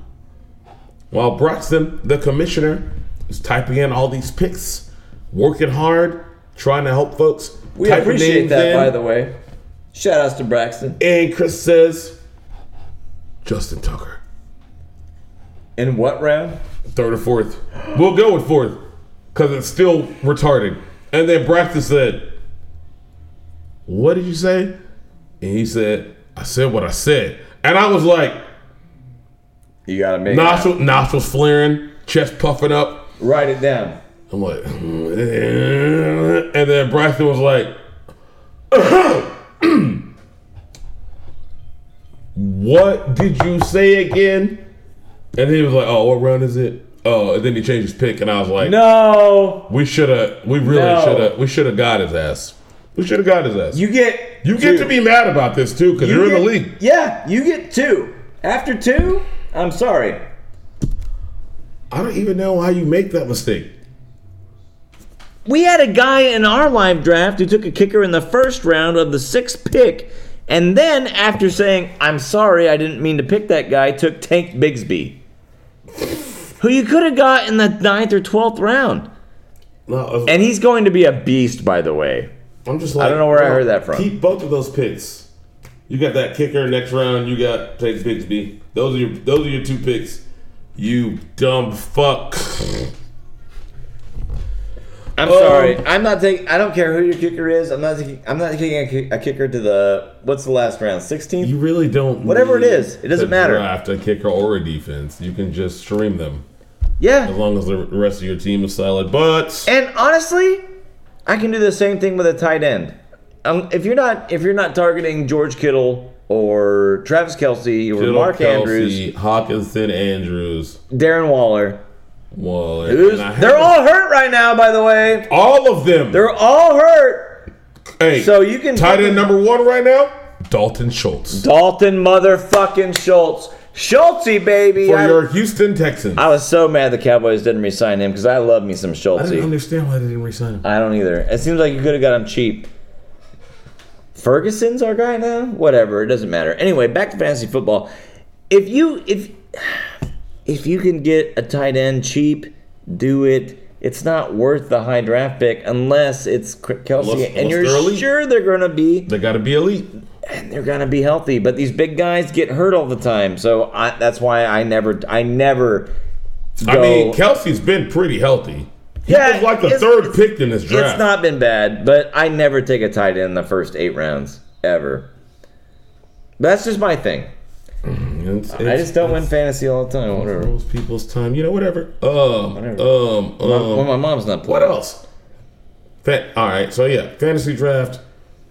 Speaker 2: while Broxton, the commissioner, is typing in all these picks, working hard, trying to help folks.
Speaker 1: we
Speaker 2: typing
Speaker 1: appreciate
Speaker 2: names
Speaker 1: that,
Speaker 2: in.
Speaker 1: by the way. Shout outs to Braxton
Speaker 2: And Chris says, Justin Tucker.
Speaker 1: in what round?
Speaker 2: Third or fourth. We'll go with fourth. Cause it's still retarded. And then Braxton said, What did you say? And he said, I said what I said. And I was like,
Speaker 1: You gotta make it.
Speaker 2: nostril, nostrils flaring, chest puffing up.
Speaker 1: write it down.
Speaker 2: I'm like, and then Braxton was like, what did you say again? And he was like, oh, what round is it? Oh, and then he changed his pick, and I was like,
Speaker 1: No,
Speaker 2: we should have, we really
Speaker 1: No.
Speaker 2: should have, we should have got his ass. We should have got his ass. You,
Speaker 1: you get
Speaker 2: get to
Speaker 1: two.
Speaker 2: be mad about this too, because
Speaker 1: You
Speaker 2: you're in the
Speaker 1: get-
Speaker 2: league.
Speaker 1: Yeah, you get two. After two, I'm sorry.
Speaker 2: I don't even know how you make that mistake.
Speaker 1: We had a guy in our live draft who took a kicker in the first round of the sixth pick, and then after saying, I'm sorry, I didn't mean to pick that guy, took Tank Bigsby, who you could have got in the ninth or twelfth round.
Speaker 2: No,
Speaker 1: And he's going to be a beast, by the way.
Speaker 2: I'm just like
Speaker 1: don't know where I heard that from.
Speaker 2: Keep both of those picks. You got that kicker next round. You got take Bigsby. Those are your those are your two picks. You dumb fuck.
Speaker 1: I'm
Speaker 2: Oh.
Speaker 1: sorry. I'm not taking. I don't care who your kicker is. I'm not taking. I'm not taking a, kick- a kicker to the what's the last round? 16th.
Speaker 2: You really don't.
Speaker 1: Whatever
Speaker 2: need
Speaker 1: it is, it doesn't
Speaker 2: to
Speaker 1: matter.
Speaker 2: Draft a kicker or a defense. You can just stream them
Speaker 1: yeah.
Speaker 2: as long as the rest of your team is solid. But
Speaker 1: And honestly, I can do the same thing with a tight end. Um, if you're not if you're not targeting George Kittle or Travis Kelsey or
Speaker 2: Kittle,
Speaker 1: Mark
Speaker 2: Kelsey,
Speaker 1: Andrews,
Speaker 2: Hawkinson, Andrews.
Speaker 1: Darren Waller,
Speaker 2: Well,
Speaker 1: who's, they're all hurt right now. By the way,
Speaker 2: all of them.
Speaker 1: they're all hurt.
Speaker 2: hey,
Speaker 1: So you can
Speaker 2: tight end number one right now, Dalton Schultz
Speaker 1: Dalton motherfucking Schultz, Schultzy baby.
Speaker 2: for
Speaker 1: I,
Speaker 2: your Houston Texans.
Speaker 1: I was so mad the Cowboys didn't resign him because I love me some
Speaker 2: I didn't
Speaker 1: Schultzy.
Speaker 2: understand why they didn't resign him.
Speaker 1: I don't either. It seems like you could have got him cheap. Ferguson's our guy now. Whatever, it doesn't matter. Anyway, back to fantasy football. If you if if you can get a tight end cheap, do it. It's not worth the high draft pick unless it's Kelsey,
Speaker 2: Unless-
Speaker 1: and
Speaker 2: unless
Speaker 1: you're
Speaker 2: they're elite.
Speaker 1: sure they're gonna be
Speaker 2: They got to be elite.
Speaker 1: and they're gonna be healthy. But these big guys get hurt all the time, so I, that's why I never I never.
Speaker 2: I
Speaker 1: go-
Speaker 2: mean, Kelsey's been pretty healthy. He
Speaker 1: Yeah,
Speaker 2: was like the
Speaker 1: it's-
Speaker 2: third pick in this draft.
Speaker 1: It's not been bad, but I never take a tight end in the first eight rounds ever. That's just my thing.
Speaker 2: It's,
Speaker 1: I
Speaker 2: it's-
Speaker 1: just don't win
Speaker 2: it's
Speaker 1: fantasy all the time. Whatever.
Speaker 2: Most people's time, you know, whatever. Um,
Speaker 1: Whatever.
Speaker 2: um, um,
Speaker 1: well, my mom's not
Speaker 2: What
Speaker 1: playing.
Speaker 2: else? Fa- all right, so yeah, fantasy draft.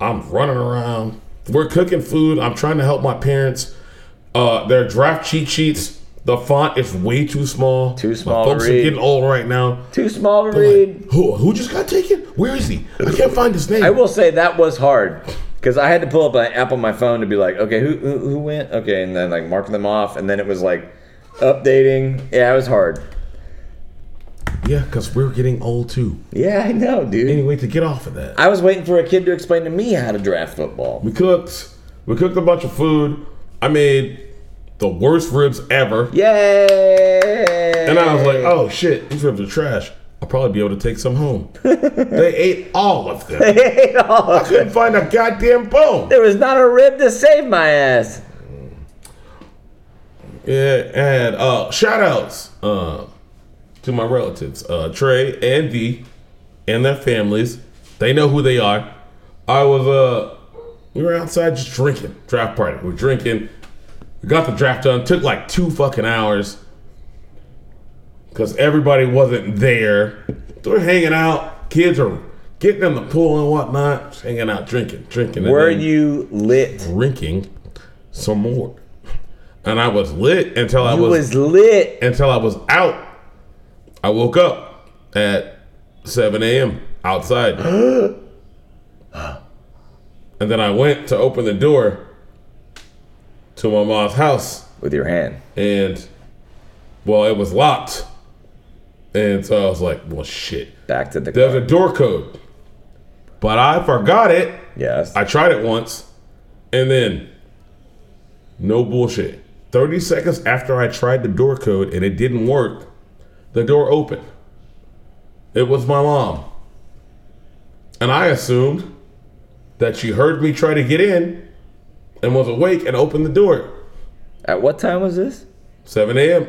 Speaker 2: I'm running around. We're cooking food. I'm trying to help my parents. Uh, their draft cheat sheets. The font is way too small.
Speaker 1: Too small
Speaker 2: My
Speaker 1: to
Speaker 2: folks are
Speaker 1: read.
Speaker 2: getting old right now.
Speaker 1: Too small to read.
Speaker 2: Like, who who just got taken? Where is he? I can't find his name.
Speaker 1: I will say that was hard because I had to pull up an app on my phone to be like, okay, who, who who went? Okay, and then like mark them off, and then it was like updating. Yeah, it was hard.
Speaker 2: yeah, because we're getting old too.
Speaker 1: Yeah, I know, dude.
Speaker 2: Anyway, to get off of that,
Speaker 1: I was waiting for a kid to explain to me how to draft football.
Speaker 2: we cooked. We cooked a bunch of food. I made the worst ribs ever.
Speaker 1: Yay!
Speaker 2: And I was like, oh shit, these ribs are trash. I'll probably be able to take some home. they ate all of them. I couldn't find a goddamn bone.
Speaker 1: there was not a rib to save my ass.
Speaker 2: Yeah, and uh, shout outs uh, to my relatives, uh, Trey and V and their families. They know who they are. I was, uh, we were outside just drinking, draft party. We were drinking. We got the draft done. Took like two fucking hours because everybody wasn't there. We're hanging out. Kids are getting in the pool and whatnot, just hanging out, drinking, drinking. and
Speaker 1: Were
Speaker 2: then-
Speaker 1: you lit?
Speaker 2: drinking some more. And I was lit until I
Speaker 1: You was
Speaker 2: was,
Speaker 1: lit.
Speaker 2: until I was out. I woke up at 7 a.m. outside. and then I went to open the door to my mom's house
Speaker 1: With your hand.
Speaker 2: and well it was locked. And so I was like, well shit.
Speaker 1: Back to the
Speaker 2: There's a door code. But I forgot it.
Speaker 1: Yes.
Speaker 2: I tried it once, and then no bullshit. 30 seconds after I tried the door code and it didn't work, the door opened. It was my mom. And I assumed that she heard me try to get in and was awake and opened the door.
Speaker 1: At what time was this?
Speaker 2: 7 a.m.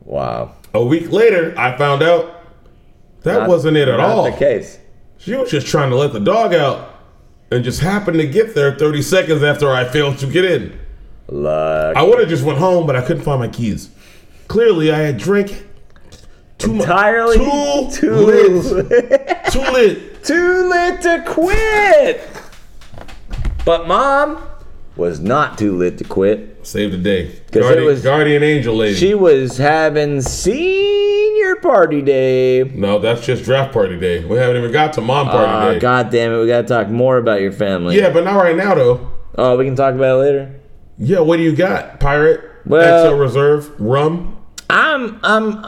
Speaker 1: Wow.
Speaker 2: A week later, I found out that
Speaker 1: Not-
Speaker 2: wasn't it at
Speaker 1: not
Speaker 2: all.
Speaker 1: the case.
Speaker 2: She was just trying to let the dog out and just happened to get there 30 seconds after I failed to get in.
Speaker 1: Luck.
Speaker 2: I would have just went home, but I couldn't find my keys. Clearly, I had drank too mu-
Speaker 1: Entirely
Speaker 2: too,
Speaker 1: too
Speaker 2: lit, too lit.
Speaker 1: too lit to quit. But mom was not too lit to quit.
Speaker 2: Save the day,
Speaker 1: it
Speaker 2: guardian,
Speaker 1: was-
Speaker 2: guardian angel lady.
Speaker 1: She was having senior party day.
Speaker 2: no, that's just draft party day. We haven't even got to mom party
Speaker 1: Uh,
Speaker 2: day.
Speaker 1: God damn it, we gotta talk more about your family.
Speaker 2: Yeah, but not right now though.
Speaker 1: Oh, we can talk about it later.
Speaker 2: Yeah, what do you got? Pirate,
Speaker 1: Well-
Speaker 2: XL Reserve, rum.
Speaker 1: I'm I'm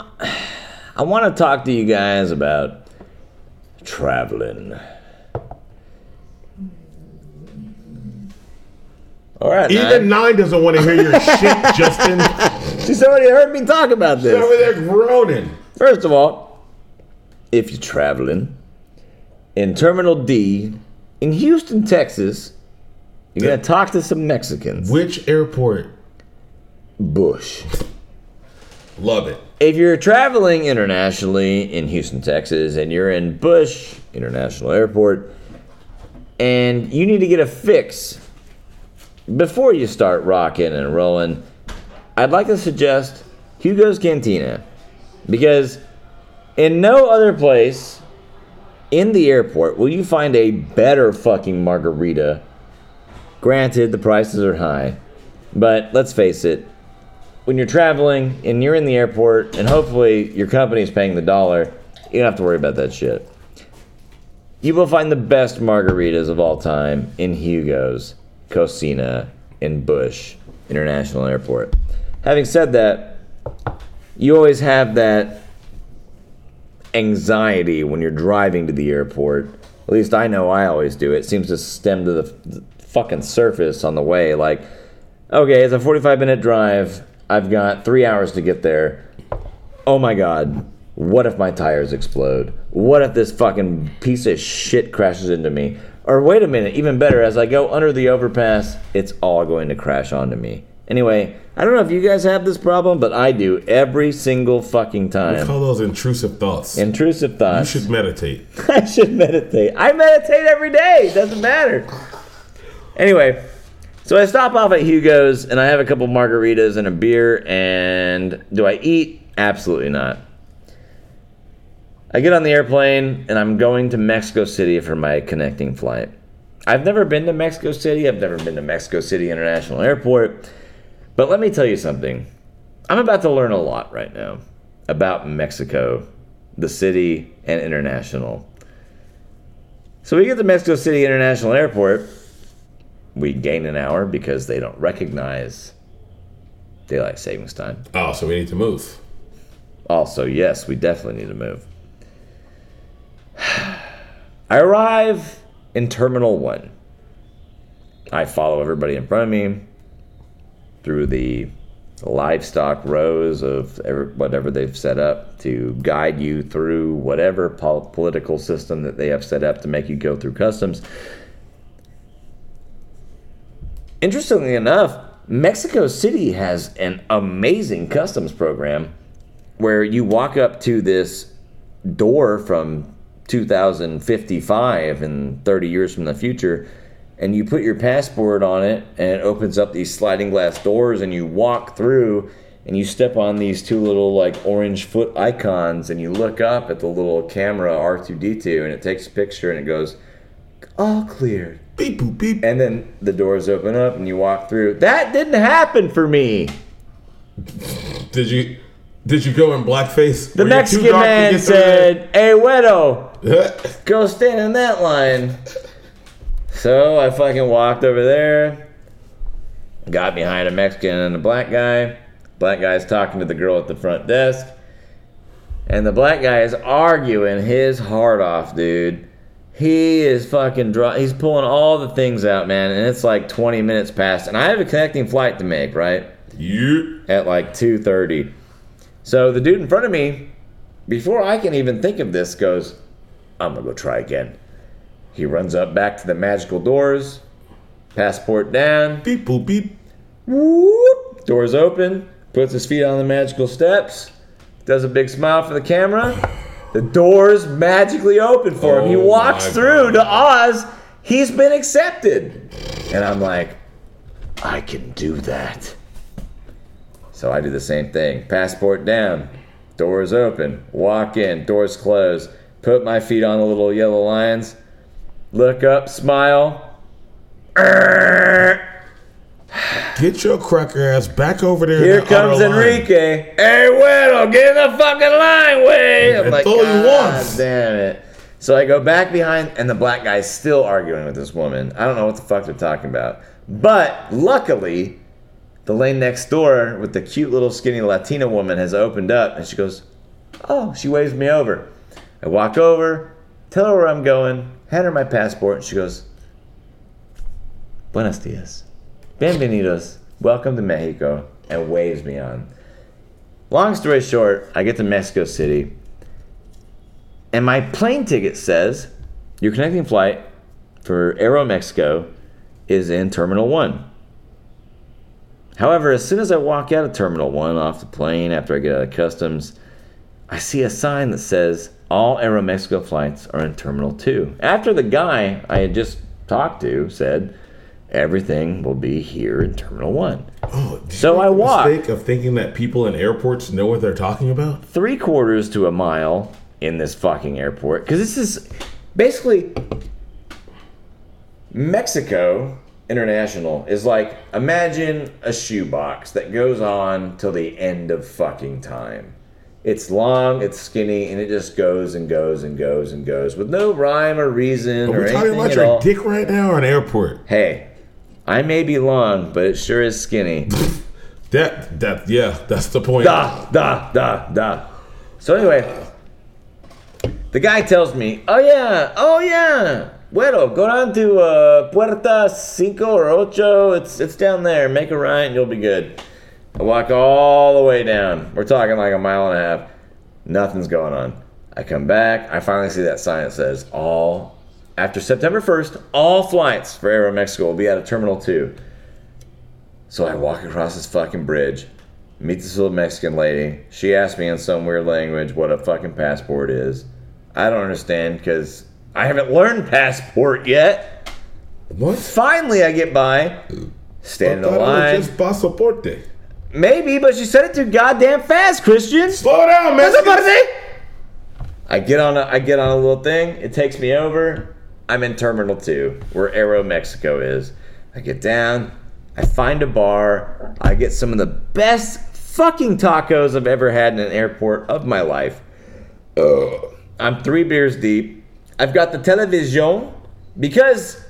Speaker 1: I want to talk to you guys about traveling. All right, man.
Speaker 2: Even nine doesn't want to hear your shit, Justin.
Speaker 1: She's already heard me talk about this.
Speaker 2: You're over there groaning.
Speaker 1: First of all, if you're traveling in Terminal D in Houston, Texas, you're gonna talk to some Mexicans.
Speaker 2: Which airport?
Speaker 1: Bush.
Speaker 2: Love it.
Speaker 1: If you're traveling internationally in Houston, Texas, and you're in Bush International Airport, and you need to get a fix before you start rocking and rolling, I'd like to suggest Hugo's Cantina because in no other place in the airport will you find a better fucking margarita. Granted, the prices are high, but let's face it, when you're traveling and you're in the airport and hopefully your company's paying the dollar, you don't have to worry about that shit. You will find the best margaritas of all time in Hugo's, Cocina, and Bush International Airport. Having said that, you always have that anxiety when you're driving to the airport. At least I know I always do. It seems to stem to the, the fucking surface on the way. Like, okay, it's a 45 minute drive. I've got three hours to get there. Oh my god. What if my tires explode? What if this fucking piece of shit crashes into me? Or wait a minute, even better, as I go under the overpass, it's all going to crash onto me. Anyway, I don't know if you guys have this problem, but I do every single fucking time.
Speaker 2: Call those intrusive thoughts.
Speaker 1: Intrusive thoughts.
Speaker 2: you should meditate.
Speaker 1: I should meditate. I meditate every day. It doesn't matter. Anyway, So I stop off at Hugo's and I have a couple margaritas and a beer. And do I eat? Absolutely not. I get on the airplane and I'm going to Mexico City for my connecting flight. I've never been to Mexico City. I've never been to Mexico City International Airport. But let me tell you something. I'm about to learn a lot right now about Mexico, the city, and international. So we get to Mexico City International Airport. We gain an hour because they don't recognize daylight savings time.
Speaker 2: Oh, so we need to move.
Speaker 1: Also, yes, we definitely need to move. I arrive in Terminal 1. I follow everybody in front of me through the livestock rows of ever- whatever they've set up to guide you through whatever pol- political system that they have set up to make you go through customs. Interestingly enough, Mexico City has an amazing customs program where you walk up to this door from 2055 and 30 years from the future and you put your passport on it and it opens up these sliding glass doors and you walk through and you step on these two little like orange foot icons and you look up at the little camera R2D2 and it takes a picture and it goes all cleared
Speaker 2: Beep boop beep.
Speaker 1: and then the doors open up and you walk through that didn't happen for me
Speaker 2: Did you did you go in blackface?
Speaker 1: the Mexican man said hey widow go stand in that line. So I fucking walked over there, got behind a Mexican and a black guy. Black guy's talking to the girl at the front desk. And the black guy is arguing his heart off, dude. He is fucking dry. He's pulling all the things out, man. And it's like 20 minutes past. And I have a connecting flight to make, right?
Speaker 2: "You."
Speaker 1: at like 2:30. So the dude in front of me, before I can even think of this, goes, "I'm gonna go try again." He runs up back to the magical doors, passport down,
Speaker 2: Beep boop beep.
Speaker 1: whoop, doors open, puts his feet on the magical steps, does a big smile for the camera. The doors magically open for him. He
Speaker 2: Oh
Speaker 1: walks
Speaker 2: my
Speaker 1: through
Speaker 2: God.
Speaker 1: to Oz. He's been accepted. And I'm like, I can do that. So I do the same thing. Passport down, doors open, walk in, doors close, put my feet on the little yellow lines, look up, smile.
Speaker 2: Get your cracker ass back over there. in
Speaker 1: Here
Speaker 2: that
Speaker 1: comes
Speaker 2: auto line.
Speaker 1: Enrique. Hey, Widow, get in the fucking line, way. I'm like,
Speaker 2: That's all he
Speaker 1: God
Speaker 2: wants."
Speaker 1: damn it. So I go back behind, and the black guy's still arguing with this woman. I don't know what the fuck they're talking about. But luckily, the lane next door with the cute little skinny Latina woman has opened up, and she goes, Oh, she waves me over. I walk over, tell her where I'm going, hand her my passport, and she goes, Buenos dias. Bienvenidos. Welcome to Mexico. And waves me on. Long story short, I get to Mexico City. And my plane ticket says your connecting flight for Aero Mexico is in Terminal 1. However, as soon as I walk out of Terminal 1 off the plane after I get out of customs, I see a sign that says all Aero Mexico flights are in Terminal 2. After the guy I had just talked to said everything will be here in Terminal 1.
Speaker 2: Oh, did
Speaker 1: So
Speaker 2: you
Speaker 1: I
Speaker 2: make the
Speaker 1: walked.
Speaker 2: Mistake of thinking that people in airports know what they're talking about.
Speaker 1: three quarters to a mile in this fucking airport because this is basically Mexico International is like imagine a shoebox that goes on till the end of fucking time. It's long, it's skinny, and it just goes and goes and goes and goes with no rhyme or reason
Speaker 2: Are
Speaker 1: or
Speaker 2: we talking
Speaker 1: anything
Speaker 2: about
Speaker 1: at
Speaker 2: your
Speaker 1: all.
Speaker 2: dick right now or an airport?
Speaker 1: Hey, I may be long, but it sure is skinny.
Speaker 2: That that yeah, that's the point.
Speaker 1: da da da da. So anyway, the guy tells me, "Oh yeah, oh yeah, bueno, go down to uh, Puerta Cinco or Ocho. It's it's down there. Make a right, and you'll be good." I walk all the way down. We're talking like a mile and a half. Nothing's going on. I come back. I finally see that sign that says all. After September 1st, all flights for Aero Mexico will be out of Terminal 2. So I walk across this fucking bridge, meet this little Mexican lady. She asks me in some weird language what a fucking passport is. I don't understand because I haven't learned passport yet.
Speaker 2: What?
Speaker 1: Finally, I get by. stand in
Speaker 2: I
Speaker 1: a
Speaker 2: thought it was
Speaker 1: line.
Speaker 2: Just pasaporte.
Speaker 1: Maybe, but you said it too goddamn fast, Christian.
Speaker 2: Slow down, man.
Speaker 1: I get on a I get on a little thing. It takes me over. I'm in Terminal Two, where Aero Mexico is. I get down. I find a bar. I get some of the best fucking tacos I've ever had in an airport of my life. Ugh. I'm three beers deep. I've got the television because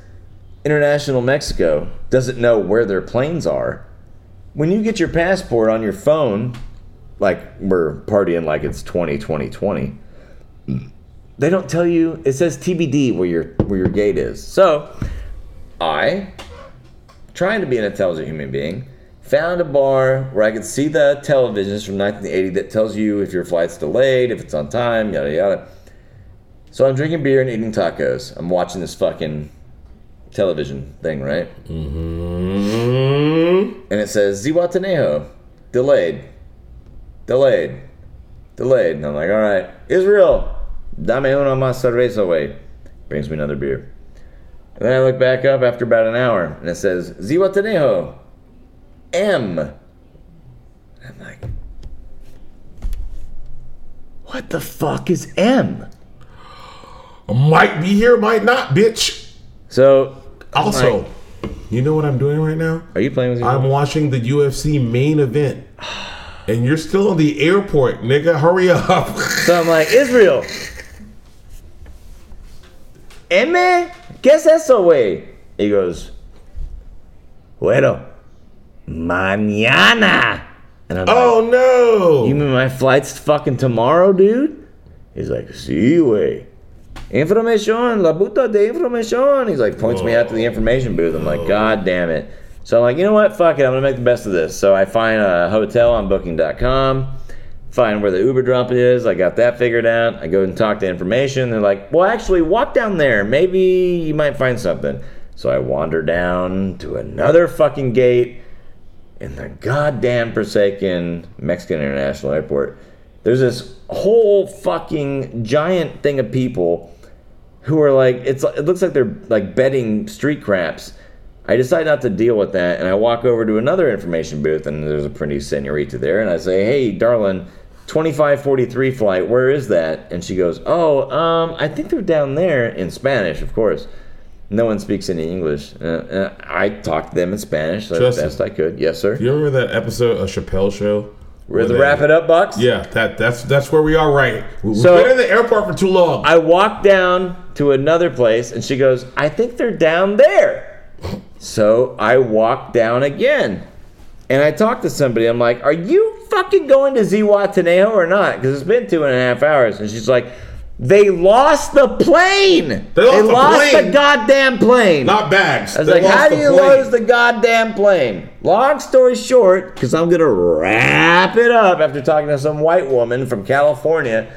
Speaker 1: International Mexico doesn't know where their planes are. When you get your passport on your phone, like we're partying like it's 20 20 20 they don't tell you it says tbd where your where your gate is so i trying to be an intelligent human being found a bar where i could see the televisions from 1980 that tells you if your flight's delayed if it's on time yada yada so i'm drinking beer and eating tacos i'm watching this fucking television thing right and it says zihuatanejo delayed delayed, delayed. And I'm like, all right, Israel, dame una más cerveza, away. Brings me another beer. And then I look back up after about an hour, and it says Zihuatanejo, M. I'm like, what the fuck is M?
Speaker 2: Might be here, might not, bitch.
Speaker 1: So,
Speaker 2: Also, you know what I'm doing right now?
Speaker 1: are you playing with your?
Speaker 2: I'm watching the UFC main event. And you're still in the airport, nigga. Hurry up.
Speaker 1: So I'm like, Israel. M, guess that's the way. He goes, Bueno, mañana. And I'm like,
Speaker 2: oh no.
Speaker 1: You mean my flight's fucking tomorrow, dude? He's like, See, way. Information, la puta de information. He's like, points me out to the information booth. I'm like, God damn it. So I'm like, you know what? Fuck it. I'm going to make the best of this. So I find a hotel on booking.com, find where the Uber drop is. I got that figured out. I go and talk to information. They're like, well, actually, walk down there. Maybe you might find something. So I wander down to another fucking gate in the goddamn forsaken Mexican International Airport. There's this whole fucking giant thing of people who are like it's it looks like they're like betting street craps. I decide not to deal with that and I walk over to another information booth and there's a pretty senorita there and I say, "Hey, darling, 2543 flight, where is that?" And she goes, "Oh, um, I think they're down there in Spanish, of course." No one speaks any English. Uh, uh, I talked to them in Spanish so
Speaker 2: Justin.
Speaker 1: best I could. Yes, sir.
Speaker 2: you remember that episode of Chappelle Show?
Speaker 1: We're the
Speaker 2: Where they-
Speaker 1: wrap it up box.
Speaker 2: Yeah, that that's that's where we are right. We've
Speaker 1: So-
Speaker 2: been in the airport for too long.
Speaker 1: I walk down to another place and she goes, I think they're down there. So I walk down again and I talk to somebody. I'm like, Are you fucking going to Zihuatanejo or not? Because it's been two and a half hours. And she's like, They lost the plane.
Speaker 2: They lost the plane."
Speaker 1: the goddamn plane.
Speaker 2: Not bags.
Speaker 1: I was like, how do you lose the goddamn plane? Long story short, because I'm going to wrap it up after talking to some white woman from California,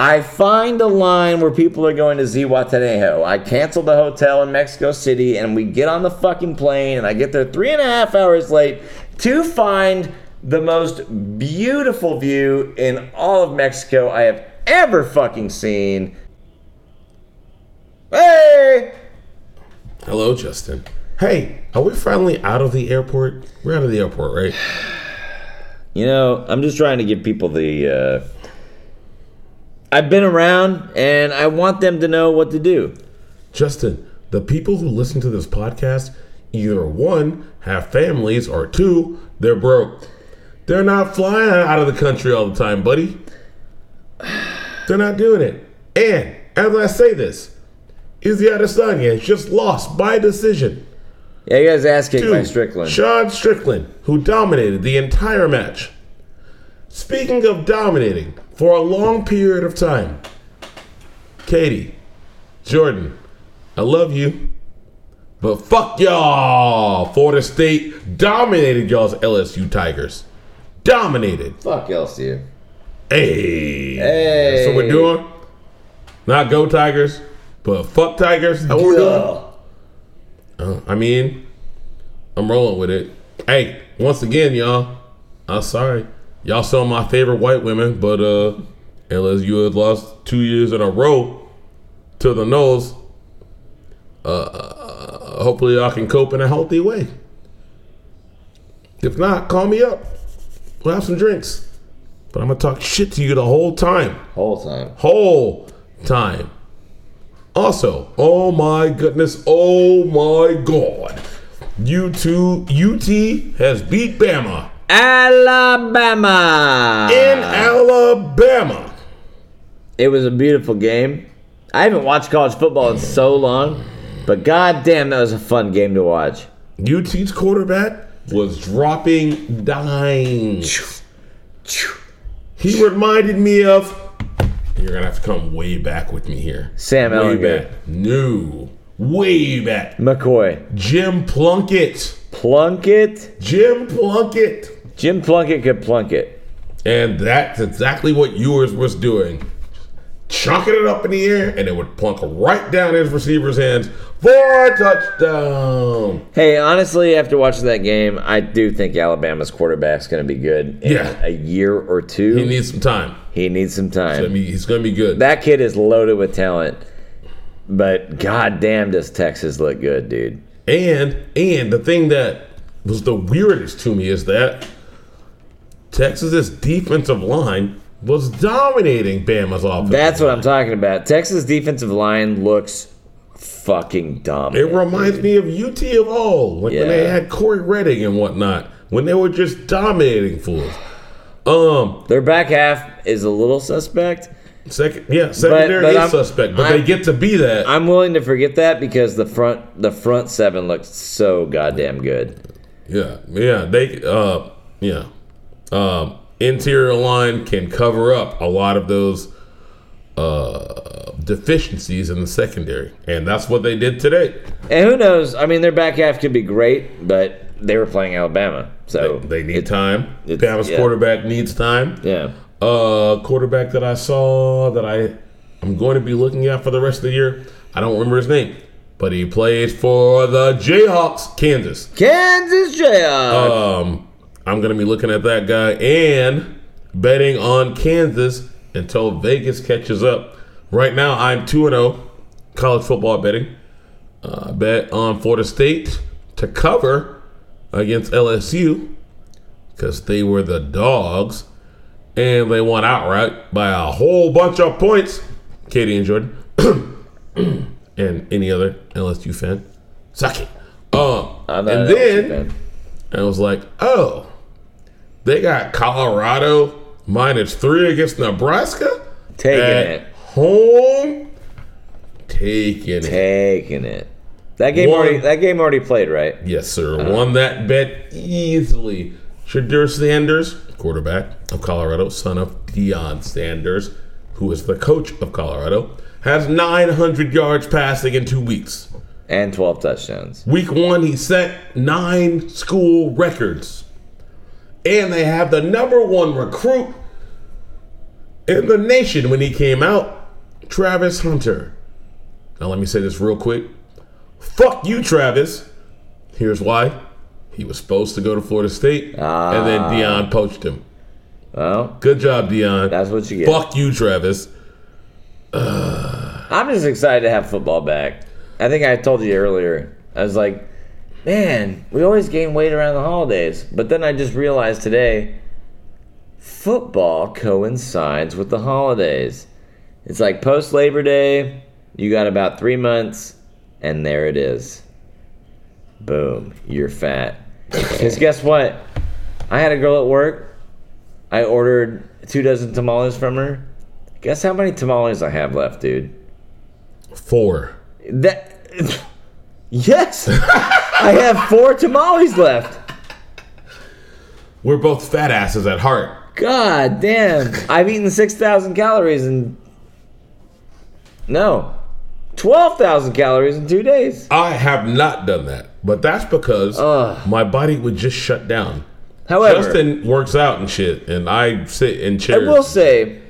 Speaker 1: I find a line where people are going to Zihuatanejo. I cancel the hotel in Mexico City and we get on the fucking plane and I get there three and a half hours late to find the most beautiful view in all of Mexico I have ever fucking seen. Hey!
Speaker 2: Hello, Justin. Hey, are we finally out of the airport? We're out of the airport, right?
Speaker 1: You know, I'm just trying to give people the. Uh, I've been around, and I want them to know what to do.
Speaker 2: Justin, the people who listen to this podcast either one have families or two they're broke. They're not flying out of the country all the time, buddy. They're not doing it. And as I say this, Izzy Adesanya is just lost by decision
Speaker 1: Yeah, you guys ass kicked by
Speaker 2: to
Speaker 1: Strickland.
Speaker 2: Sean Strickland, who dominated the entire match. Speaking of dominating for a long period of time, Katie, Jordan, I love you, but fuck y'all. Florida State dominated y'all's LSU Tigers. Dominated.
Speaker 1: Fuck LCU.
Speaker 2: Hey.
Speaker 1: Hey.
Speaker 2: That's what we're doing. Not go Tigers, but fuck Tigers. That's what we're doing. Uh, I mean, I'm rolling with it. Hey, once again, y'all, I'm sorry. Y'all saw my favorite white women, but uh, LSU has lost two years in a row to the uh, nose. Uh, hopefully, y'all can cope in a healthy way. If not, call me up. We'll have some drinks. But I'm gonna talk shit to you the whole time.
Speaker 1: Whole time.
Speaker 2: Whole time. Also, oh my goodness, oh my god. U2 UT has beat Bama
Speaker 1: Alabama.
Speaker 2: in Alabama.
Speaker 1: It was a beautiful game. I haven't watched college football in so long, but goddamn, that was a fun game to watch.
Speaker 2: UT's quarterback was dropping dimes. He reminded me of. You're gonna have to come way back with me here.
Speaker 1: Sam
Speaker 2: way
Speaker 1: Ellinger.
Speaker 2: back. No, way back.
Speaker 1: McCoy,
Speaker 2: Jim Plunkett.
Speaker 1: Plunkett,
Speaker 2: Jim Plunkett.
Speaker 1: Jim Plunkett could Plunkett.
Speaker 2: And that's exactly what yours was doing. Chunking it up in the air, and it would plunk right down his receiver's hands for a touchdown.
Speaker 1: Hey, honestly, after watching that game, I do think Alabama's quarterback's going to be good in
Speaker 2: Yeah.
Speaker 1: a year or two.
Speaker 2: He needs some time.
Speaker 1: he needs some time.
Speaker 2: I mean, he's gonna be good.
Speaker 1: that kid is loaded with talent. But goddamn, does Texas look good, dude?
Speaker 2: And and the thing that was the weirdest to me is that Texas's defensive line was dominating Bama's offense.
Speaker 1: That's what I'm talking about. Texas defensive line looks fucking dumb.
Speaker 2: it reminds me of UT of all like when they
Speaker 1: Yeah.
Speaker 2: had Corey Redding and whatnot when they were just dominating fools. Um,
Speaker 1: Their back half is a little suspect.
Speaker 2: second, yeah, secondary
Speaker 1: but
Speaker 2: is
Speaker 1: I'm-
Speaker 2: suspect, but
Speaker 1: I'm-
Speaker 2: they get to be that.
Speaker 1: I'm willing to forget that because the front the front seven looked so goddamn good.
Speaker 2: Yeah, yeah, they, uh, yeah, um, interior line can cover up a lot of those uh, deficiencies in the secondary, and that's what they did today.
Speaker 1: And who knows? I mean, their back half could be great, but they were playing Alabama, so
Speaker 2: They need time.
Speaker 1: it's-
Speaker 2: Bama's
Speaker 1: yeah.
Speaker 2: quarterback needs time.
Speaker 1: yeah.
Speaker 2: Uh, quarterback that I saw that I I'm going to be looking at for the rest of the year. I don't remember his name, but he plays for the Jayhawks, Kansas.
Speaker 1: Kansas Jayhawks.
Speaker 2: Um, I'm gonna be looking at that guy and betting on Kansas until Vegas catches up. Right now, I'm two and zero college football betting. Uh, bet on Florida State to cover against LSU because they were the dogs and they won outright by a whole bunch of points. Katie and Jordan and any other LSU fan, suck it. Uh,
Speaker 1: I'm
Speaker 2: and
Speaker 1: not an
Speaker 2: then.
Speaker 1: LSU fan.
Speaker 2: And I was like, oh, they got Colorado minus three against Nebraska?
Speaker 1: taking
Speaker 2: at
Speaker 1: it,
Speaker 2: home? Taking it.
Speaker 1: taking it. That game
Speaker 2: One-
Speaker 1: already that game already played, right?
Speaker 2: Yes, sir. Won that bet easily. Shadur Sanders, quarterback of Colorado, son of Deion Sanders, who is the coach of Colorado, has 900 yards passing in two weeks.
Speaker 1: And 12 touchdowns.
Speaker 2: Week one, he set nine school records. And they have the number one recruit in the nation when he came out, Travis Hunter. Now, let me say this real quick. Fuck you, Travis. Here's why. He was supposed to go to Florida State, and then Dion poached him.
Speaker 1: Well,
Speaker 2: Good job, Dion.
Speaker 1: that's what you get.
Speaker 2: Fuck you, Travis.
Speaker 1: I'm just excited to have football back. I think I told you earlier. I was like, man, we always gain weight around the holidays. But then I just realized today, football coincides with the holidays. It's like post Labor Day, you got about three months, and there it is. Boom, you're fat. Because guess what? I had a girl at work. I ordered two dozen tamales from her. Guess how many tamales I have left, dude?
Speaker 2: Four.
Speaker 1: That yes, I have four tamales left.
Speaker 2: We're both fat asses at heart.
Speaker 1: God damn, I've eaten six thousand calories in no, twelve thousand calories in two days.
Speaker 2: I have not done that, but that's because
Speaker 1: Ugh.
Speaker 2: my body would just shut down.
Speaker 1: However,
Speaker 2: Justin works out and shit, and I sit in
Speaker 1: I
Speaker 2: chairs.
Speaker 1: will say,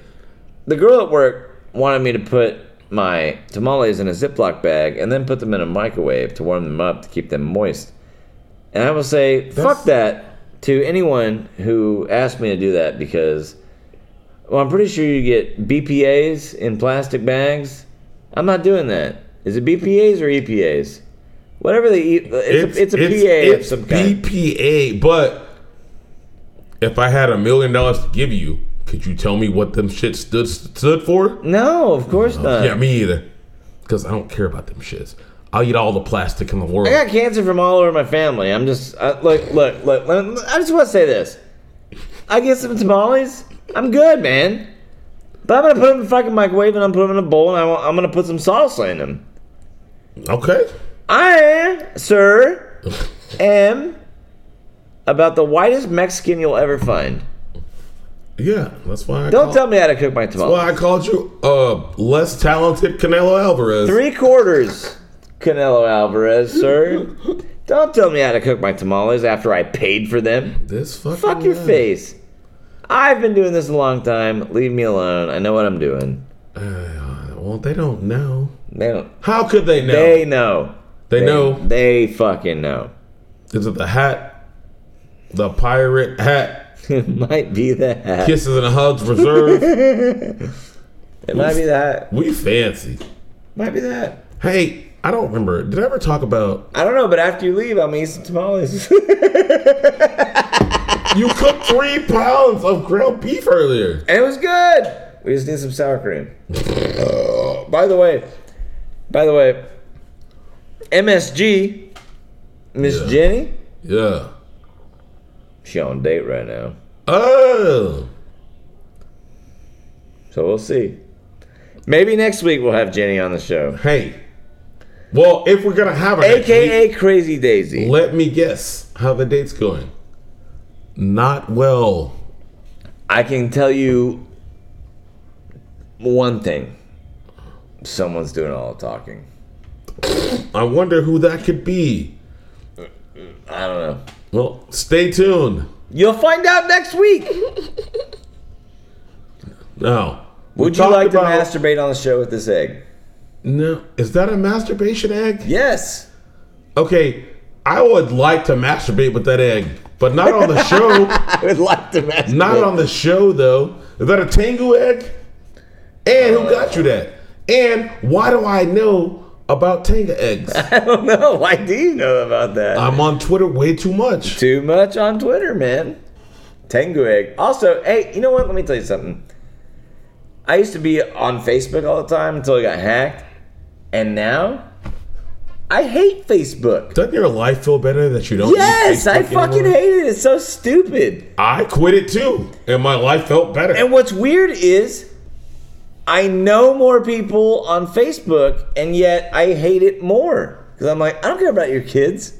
Speaker 1: the girl at work wanted me to put my tamales in a Ziploc bag and then put them in a microwave to warm them up to keep them moist. And I will say, fuck that to anyone who asked me to do that because, well, I'm pretty sure you get BPAs in plastic bags. I'm not doing that. Is it BPAs or E EPAs? Whatever they eat, it's, a, it's a PA of some kind.
Speaker 2: BPA, but If I had a million dollars to give you, could you tell me what them shit stood stood for?
Speaker 1: No, of course not.
Speaker 2: yeah, me either. Because I don't care about them shits. I'll eat all the plastic in the world.
Speaker 1: I got cancer from all over my family. I'm just I, look, look, look. look, I just want to say this. I get some tamales. I'm good, man. But I'm gonna put them in the fucking microwave and I'm putting them in a bowl and I want, I'm gonna put some salsa in them.
Speaker 2: Okay.
Speaker 1: I, sir, am about the whitest Mexican you'll ever find.
Speaker 2: Yeah, that's why. I
Speaker 1: Don't
Speaker 2: call-
Speaker 1: tell me how to cook my tamales.
Speaker 2: Why I called you uh less talented Canelo Alvarez.
Speaker 1: Three quarters, Canelo Alvarez, sir. Don't tell me how to cook my tamales after I paid for them.
Speaker 2: This fucking
Speaker 1: Fuck your
Speaker 2: guy.
Speaker 1: face. I've been doing this a long time. Leave me alone. I know what I'm doing.
Speaker 2: Uh, well, they don't know.
Speaker 1: They don't.
Speaker 2: How could they know?
Speaker 1: They know.
Speaker 2: They know.
Speaker 1: They fucking know.
Speaker 2: Is it the hat? The pirate hat.
Speaker 1: It might be that.
Speaker 2: Kisses and hugs reserved.
Speaker 1: It might be that.
Speaker 2: we fancy.
Speaker 1: Might be that.
Speaker 2: Hey, I don't remember. Did I ever talk about
Speaker 1: I don't know, but after you leave, I'm gonna eat some tamales.
Speaker 2: you cooked three pounds of ground beef earlier?
Speaker 1: And it was good. We just need some sour cream. Uh, by the way, by the way, MSG, Miss
Speaker 2: Yeah.
Speaker 1: Jenny,
Speaker 2: Yeah.
Speaker 1: she on date right now.
Speaker 2: Oh.
Speaker 1: So we'll see. Maybe next week we'll have Jenny on the show.
Speaker 2: Hey. Well, if we're gonna have a
Speaker 1: AKA Crazy Daisy.
Speaker 2: let me guess how the date's going. Not well.
Speaker 1: I can tell you one thing. Someone's doing all the talking.
Speaker 2: I wonder who that could be.
Speaker 1: I don't know.
Speaker 2: Well, stay tuned.
Speaker 1: You'll find out next week.
Speaker 2: No. We
Speaker 1: Would you
Speaker 2: talked
Speaker 1: like
Speaker 2: about-
Speaker 1: to masturbate on the show with this egg?
Speaker 2: No. Is that a masturbation egg?
Speaker 1: Yes.
Speaker 2: Okay, I would like to masturbate with that egg, but not on the show.
Speaker 1: I would like to masturbate.
Speaker 2: not on the show, though. Is that a Tengu egg? And who got you that? And why do I know about Tenga eggs?
Speaker 1: I don't know. Why do you know about that?
Speaker 2: I'm on Twitter way too much.
Speaker 1: Too much on Twitter, man. Tengu egg. Also, hey, you know what? Let me tell you something. I used to be on Facebook all the time until I got hacked, and now I hate Facebook.
Speaker 2: Doesn't your life feel better that you don't? use
Speaker 1: Yes, I
Speaker 2: Facebook
Speaker 1: fucking
Speaker 2: anymore?
Speaker 1: hate it. It's so stupid.
Speaker 2: I quit it too, and my life felt better.
Speaker 1: And what's weird is I know more people on Facebook and yet I hate it more. Because I'm like, I don't care about your kids.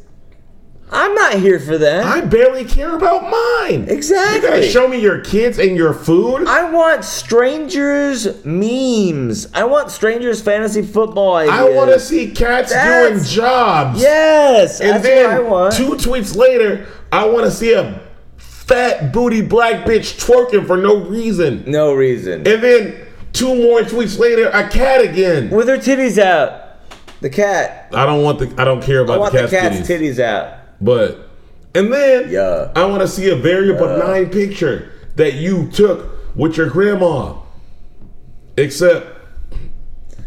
Speaker 1: I'm not here for that.
Speaker 2: I barely care about mine. You gotta
Speaker 1: exactly.
Speaker 2: show me your kids and your food.
Speaker 1: I want strangers memes. I want strangers fantasy football ideas.
Speaker 2: I want to see cats
Speaker 1: That's-
Speaker 2: doing jobs.
Speaker 1: Yes,
Speaker 2: And
Speaker 1: that's
Speaker 2: then
Speaker 1: what I want.
Speaker 2: two tweets later, I want to see a fat booty black bitch twerking for no reason.
Speaker 1: no reason.
Speaker 2: And then two more tweets later, a cat again.
Speaker 1: With her titties out. The cat.
Speaker 2: I don't want the. I don't care
Speaker 1: I
Speaker 2: about
Speaker 1: want
Speaker 2: the cat's,
Speaker 1: the cat's
Speaker 2: titties.
Speaker 1: titties out.
Speaker 2: But and then
Speaker 1: Yeah.
Speaker 2: I want to see a very benign picture that you took with your grandma. Except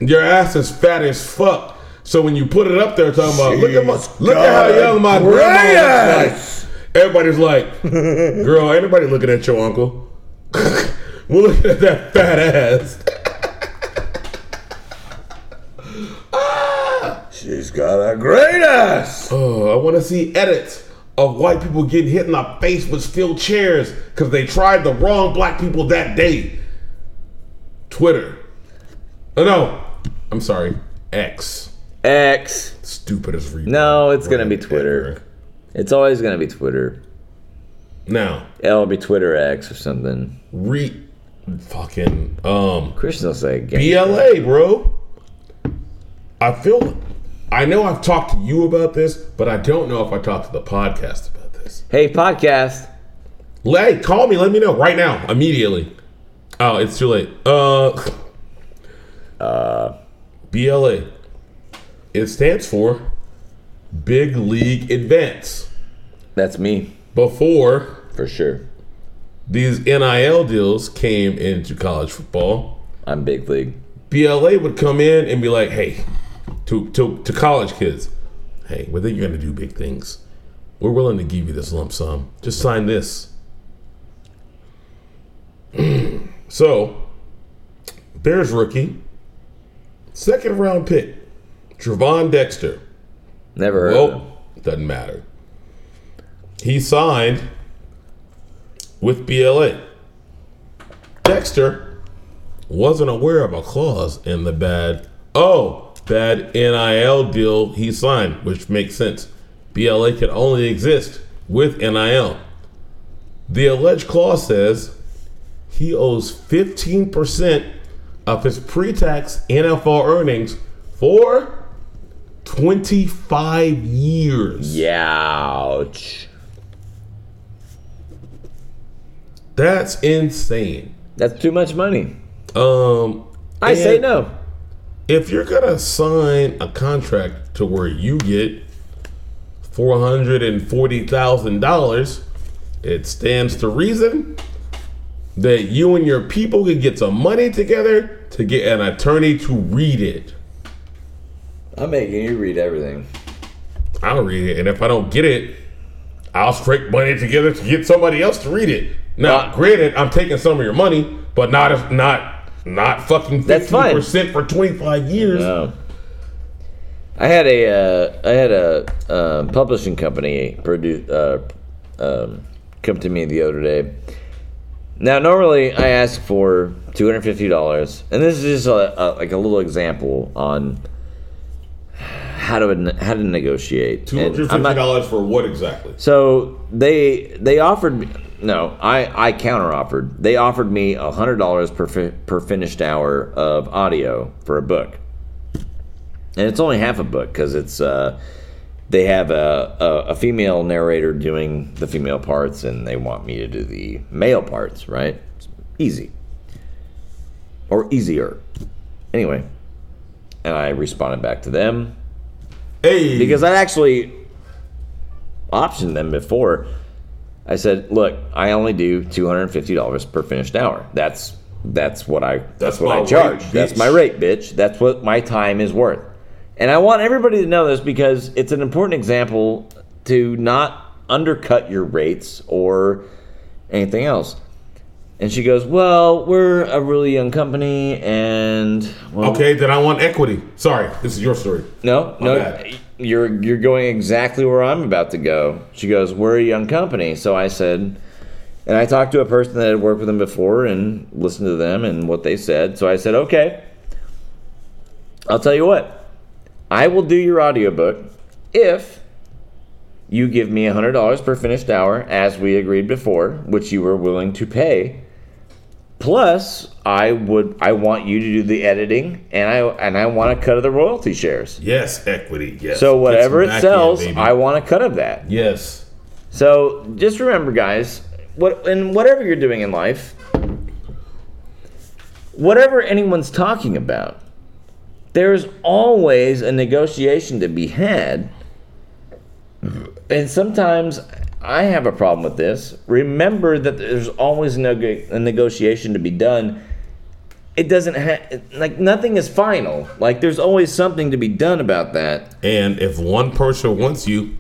Speaker 2: your ass is fat as fuck. So when you put it up there, talking about look at my look at how young my grandma looks like. Everybody's like, girl, anybody looking at your uncle? We're looking at that fat ass.
Speaker 1: She's got a great ass.
Speaker 2: Oh, I want to see edits of white people getting hit in the face with steel chairs because they tried the wrong black people that day. Twitter. Oh, no. I'm sorry. X.
Speaker 1: X.
Speaker 2: Stupid as read.
Speaker 1: No, it's gonna be Twitter. It's always gonna be Twitter.
Speaker 2: Now,
Speaker 1: It'll be Twitter X or something.
Speaker 2: re. Fucking. Um.
Speaker 1: Christian will say gang-
Speaker 2: BLA, bro. I feel. I know I've talked to you about this, but I don't know if I talked to the podcast about this.
Speaker 1: Hey podcast.
Speaker 2: Hey, call me. Let me know right now, immediately. Oh, it's too late. Uh, uh, BLA. It stands for Big League Advance.
Speaker 1: That's me
Speaker 2: Before
Speaker 1: for sure.
Speaker 2: these NIL deals came into college football,
Speaker 1: I'm big league.
Speaker 2: BLA would come in and be like, "Hey, to to to college kids, hey, we think you're gonna do big things. We're willing to give you this lump sum. Just sign this. So, Bears rookie, second round pick, Travon Dexter.
Speaker 1: Never heard of him.
Speaker 2: Well, doesn't matter. He signed with BLA. Dexter wasn't aware of a clause in the bad oh bad NIL deal he signed, which makes sense. BLA can only exist with NIL. The alleged clause says he owes 15% of his pre-tax NFL earnings for 25 years.
Speaker 1: Youch.
Speaker 2: That's insane.
Speaker 1: That's too much money.
Speaker 2: Um
Speaker 1: I say
Speaker 2: and
Speaker 1: no.
Speaker 2: If you're gonna sign a contract to where you get four hundred and forty thousand dollars, it stands to reason that you and your people could get some money together to get an attorney to read it.
Speaker 1: I'm making you read everything.
Speaker 2: I'll read it, and if I don't get it, I'll scrape money together to get somebody else to read it. Now,
Speaker 1: Uh,
Speaker 2: granted, I'm taking some of your money, but not if not not fucking
Speaker 1: That's
Speaker 2: fifteen
Speaker 1: fine.
Speaker 2: percent for twenty five years.
Speaker 1: No. Oh. I had a uh, I had a uh, publishing company produ- uh, um, come to me the other day. Now normally I ask for two hundred fifty dollars, and this is just a, a, like a little example on how to ne- how to negotiate.
Speaker 2: Two
Speaker 1: And
Speaker 2: hundred
Speaker 1: I'm
Speaker 2: fifty
Speaker 1: not-
Speaker 2: dollars for what exactly?
Speaker 1: So they they offered me no, I I counter offered. They offered me hundred dollars per fi- per finished hour of audio for a book, and it's only half a book because it's uh, they have a, a a female narrator doing the female parts, and they want me to do the male parts. Right, It's easy or easier. Anyway, and I responded back to them
Speaker 2: Hey,
Speaker 1: because I actually optioned them before. I said, "Look, I only do two hundred and fifty dollars per finished hour. That's that's what I that's,
Speaker 2: That's
Speaker 1: what
Speaker 2: my
Speaker 1: I
Speaker 2: rate,
Speaker 1: charge. that's
Speaker 2: bitch."
Speaker 1: my rate, bitch. That's what my time is worth." And I want everybody to know this because it's an important example to not undercut your rates or anything else. And she goes, "Well, we're a really young company, and well,
Speaker 2: okay, then I want equity. Sorry, this is your story.
Speaker 1: no, no,
Speaker 2: bad.
Speaker 1: you're you're going exactly where I'm about to go. She goes, "We're a young company," so I said, and I talked to a person that had worked with them before and listened to them and what they said. So I said, "Okay, I'll tell you what, I will do your audiobook if you give me hundred dollars per finished hour, as we agreed before, which you were willing to pay." Plus, I would I want you to do the editing, and I and I want a cut of the royalty shares.
Speaker 2: Yes, equity. Yes.
Speaker 1: So whatever
Speaker 2: Get
Speaker 1: it
Speaker 2: some
Speaker 1: sells,
Speaker 2: back end, baby.
Speaker 1: I want a cut of that.
Speaker 2: yes.
Speaker 1: So just remember, guys, what and whatever you're doing in life, whatever anyone's talking about, there is always a negotiation to be had. And sometimes I have a problem with this. Remember that there's always a neg- a negotiation to be done. It doesn't have like nothing is final. Like there's always something to be done about that.
Speaker 2: And if one person wants you,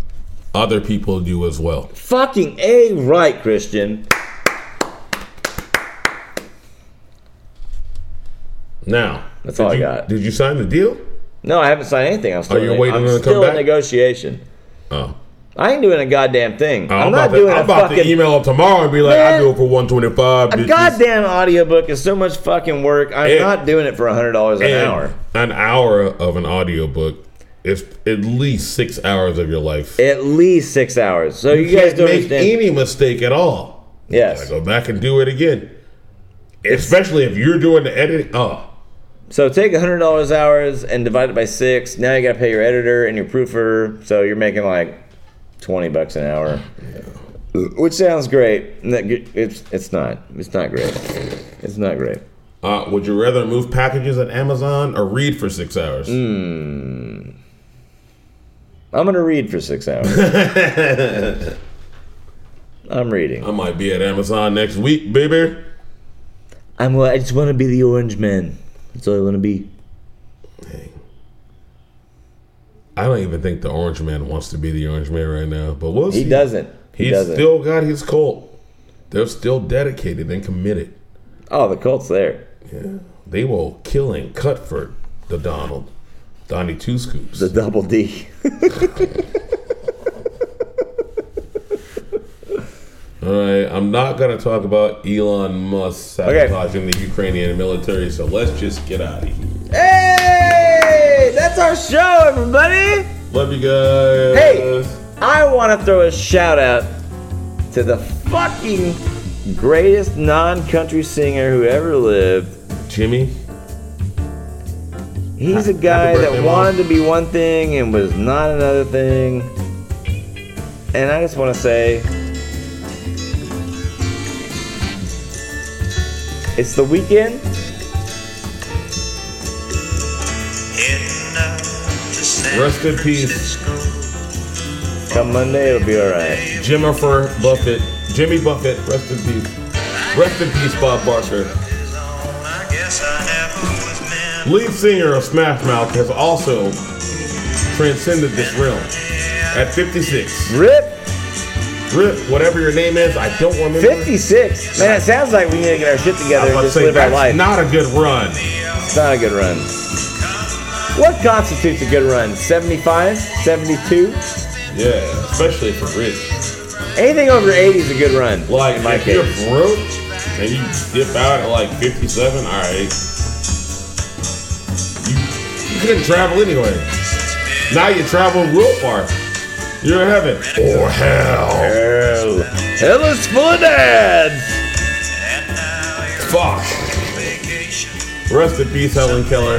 Speaker 2: other people do as well.
Speaker 1: Fucking A right, Christian.
Speaker 2: Now,
Speaker 1: That's
Speaker 2: did
Speaker 1: all I
Speaker 2: you,
Speaker 1: got.
Speaker 2: Did you sign the deal?
Speaker 1: No, I haven't signed anything. I'm still,
Speaker 2: you
Speaker 1: in,
Speaker 2: waiting
Speaker 1: I'm
Speaker 2: on it to come
Speaker 1: still in
Speaker 2: back?
Speaker 1: negotiation.
Speaker 2: Oh.
Speaker 1: I ain't doing a goddamn thing.
Speaker 2: Oh,
Speaker 1: I'm,
Speaker 2: I'm
Speaker 1: not
Speaker 2: about, to,
Speaker 1: doing
Speaker 2: I'm
Speaker 1: a
Speaker 2: about
Speaker 1: fucking.
Speaker 2: to email him tomorrow and be like, I
Speaker 1: Man.
Speaker 2: do it for 125.
Speaker 1: a
Speaker 2: bitches.
Speaker 1: goddamn audiobook is so much fucking work. I'm
Speaker 2: And-
Speaker 1: not doing it for hundred dollars an
Speaker 2: And
Speaker 1: hour.
Speaker 2: An hour of an audiobook is at least six hours of your life.
Speaker 1: At least six hours. So you, guys
Speaker 2: can't
Speaker 1: don't
Speaker 2: make
Speaker 1: understand.
Speaker 2: any mistake at all.
Speaker 1: yes.
Speaker 2: Go back and do it again. Especially if you're doing the editing. Oh,
Speaker 1: So take hundred dollars hours and divide it by six. Now you got to pay your editor and your proofer. So you're making like twenty bucks an hour, which sounds great. Not good- It's it's not. It's not great. It's not great.
Speaker 2: Uh, would you rather move packages at Amazon or read for six hours?
Speaker 1: Mm. I'm gonna read for six hours. I'm reading.
Speaker 2: I might be at Amazon next week, baby.
Speaker 1: I'm. I just want to be the orange man. That's all I want to be.
Speaker 2: I don't even think the Orange Man wants to be the Orange Man right now, but we'll see.
Speaker 1: He doesn't. He
Speaker 2: He's
Speaker 1: doesn't.
Speaker 2: still got his cult. They're still dedicated and committed.
Speaker 1: Oh, the cult's there.
Speaker 2: Yeah. They will kill and cut for the Donald. Donnie Two Scoops.
Speaker 1: The double D.
Speaker 2: All right, I'm not going to talk about Elon Musk sabotaging the Ukrainian military, so let's just get out of here.
Speaker 1: hey, that's our show, everybody.
Speaker 2: Love you guys.
Speaker 1: Hey, I want to throw a shout out to the fucking greatest non-country singer who ever lived.
Speaker 2: Jimmy.
Speaker 1: He's a
Speaker 2: Ha-
Speaker 1: guy
Speaker 2: happy
Speaker 1: that
Speaker 2: birthday, Mom.
Speaker 1: wanted to be one thing and was not another thing. And I just want to say it's the weekend.
Speaker 2: Rest in peace,
Speaker 1: Come Monday, it'll be all right.
Speaker 2: Jennifer Buffett. Jimmy Buffett. Rest in peace. Rest in peace, Bob Barker. Lead singer of Smash Mouth has also transcended this realm. At 56,
Speaker 1: Rip
Speaker 2: Rip, whatever your name is, I don't remember.
Speaker 1: 56. Man, it sounds like we need to get our shit
Speaker 2: I
Speaker 1: together and
Speaker 2: was about to
Speaker 1: just
Speaker 2: say,
Speaker 1: live our
Speaker 2: that's
Speaker 1: life.
Speaker 2: not a good run.
Speaker 1: It's not a good run. What constitutes a good run? 75? 72?
Speaker 2: Yeah, especially for rich.
Speaker 1: Anything over 80 is a good run.
Speaker 2: Like,
Speaker 1: in my
Speaker 2: if you're
Speaker 1: case.
Speaker 2: broke and you dip out at like 57, all right. You, you couldn't travel anyway. Now you travel real far. You're in heaven. Or hell.
Speaker 1: Hell. Hell is full of dads.
Speaker 2: Fuck. Rest in peace, Helen Keller.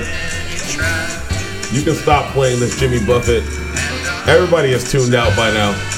Speaker 2: You can stop playing this Jimmy Buffett. Everybody is tuned out by now.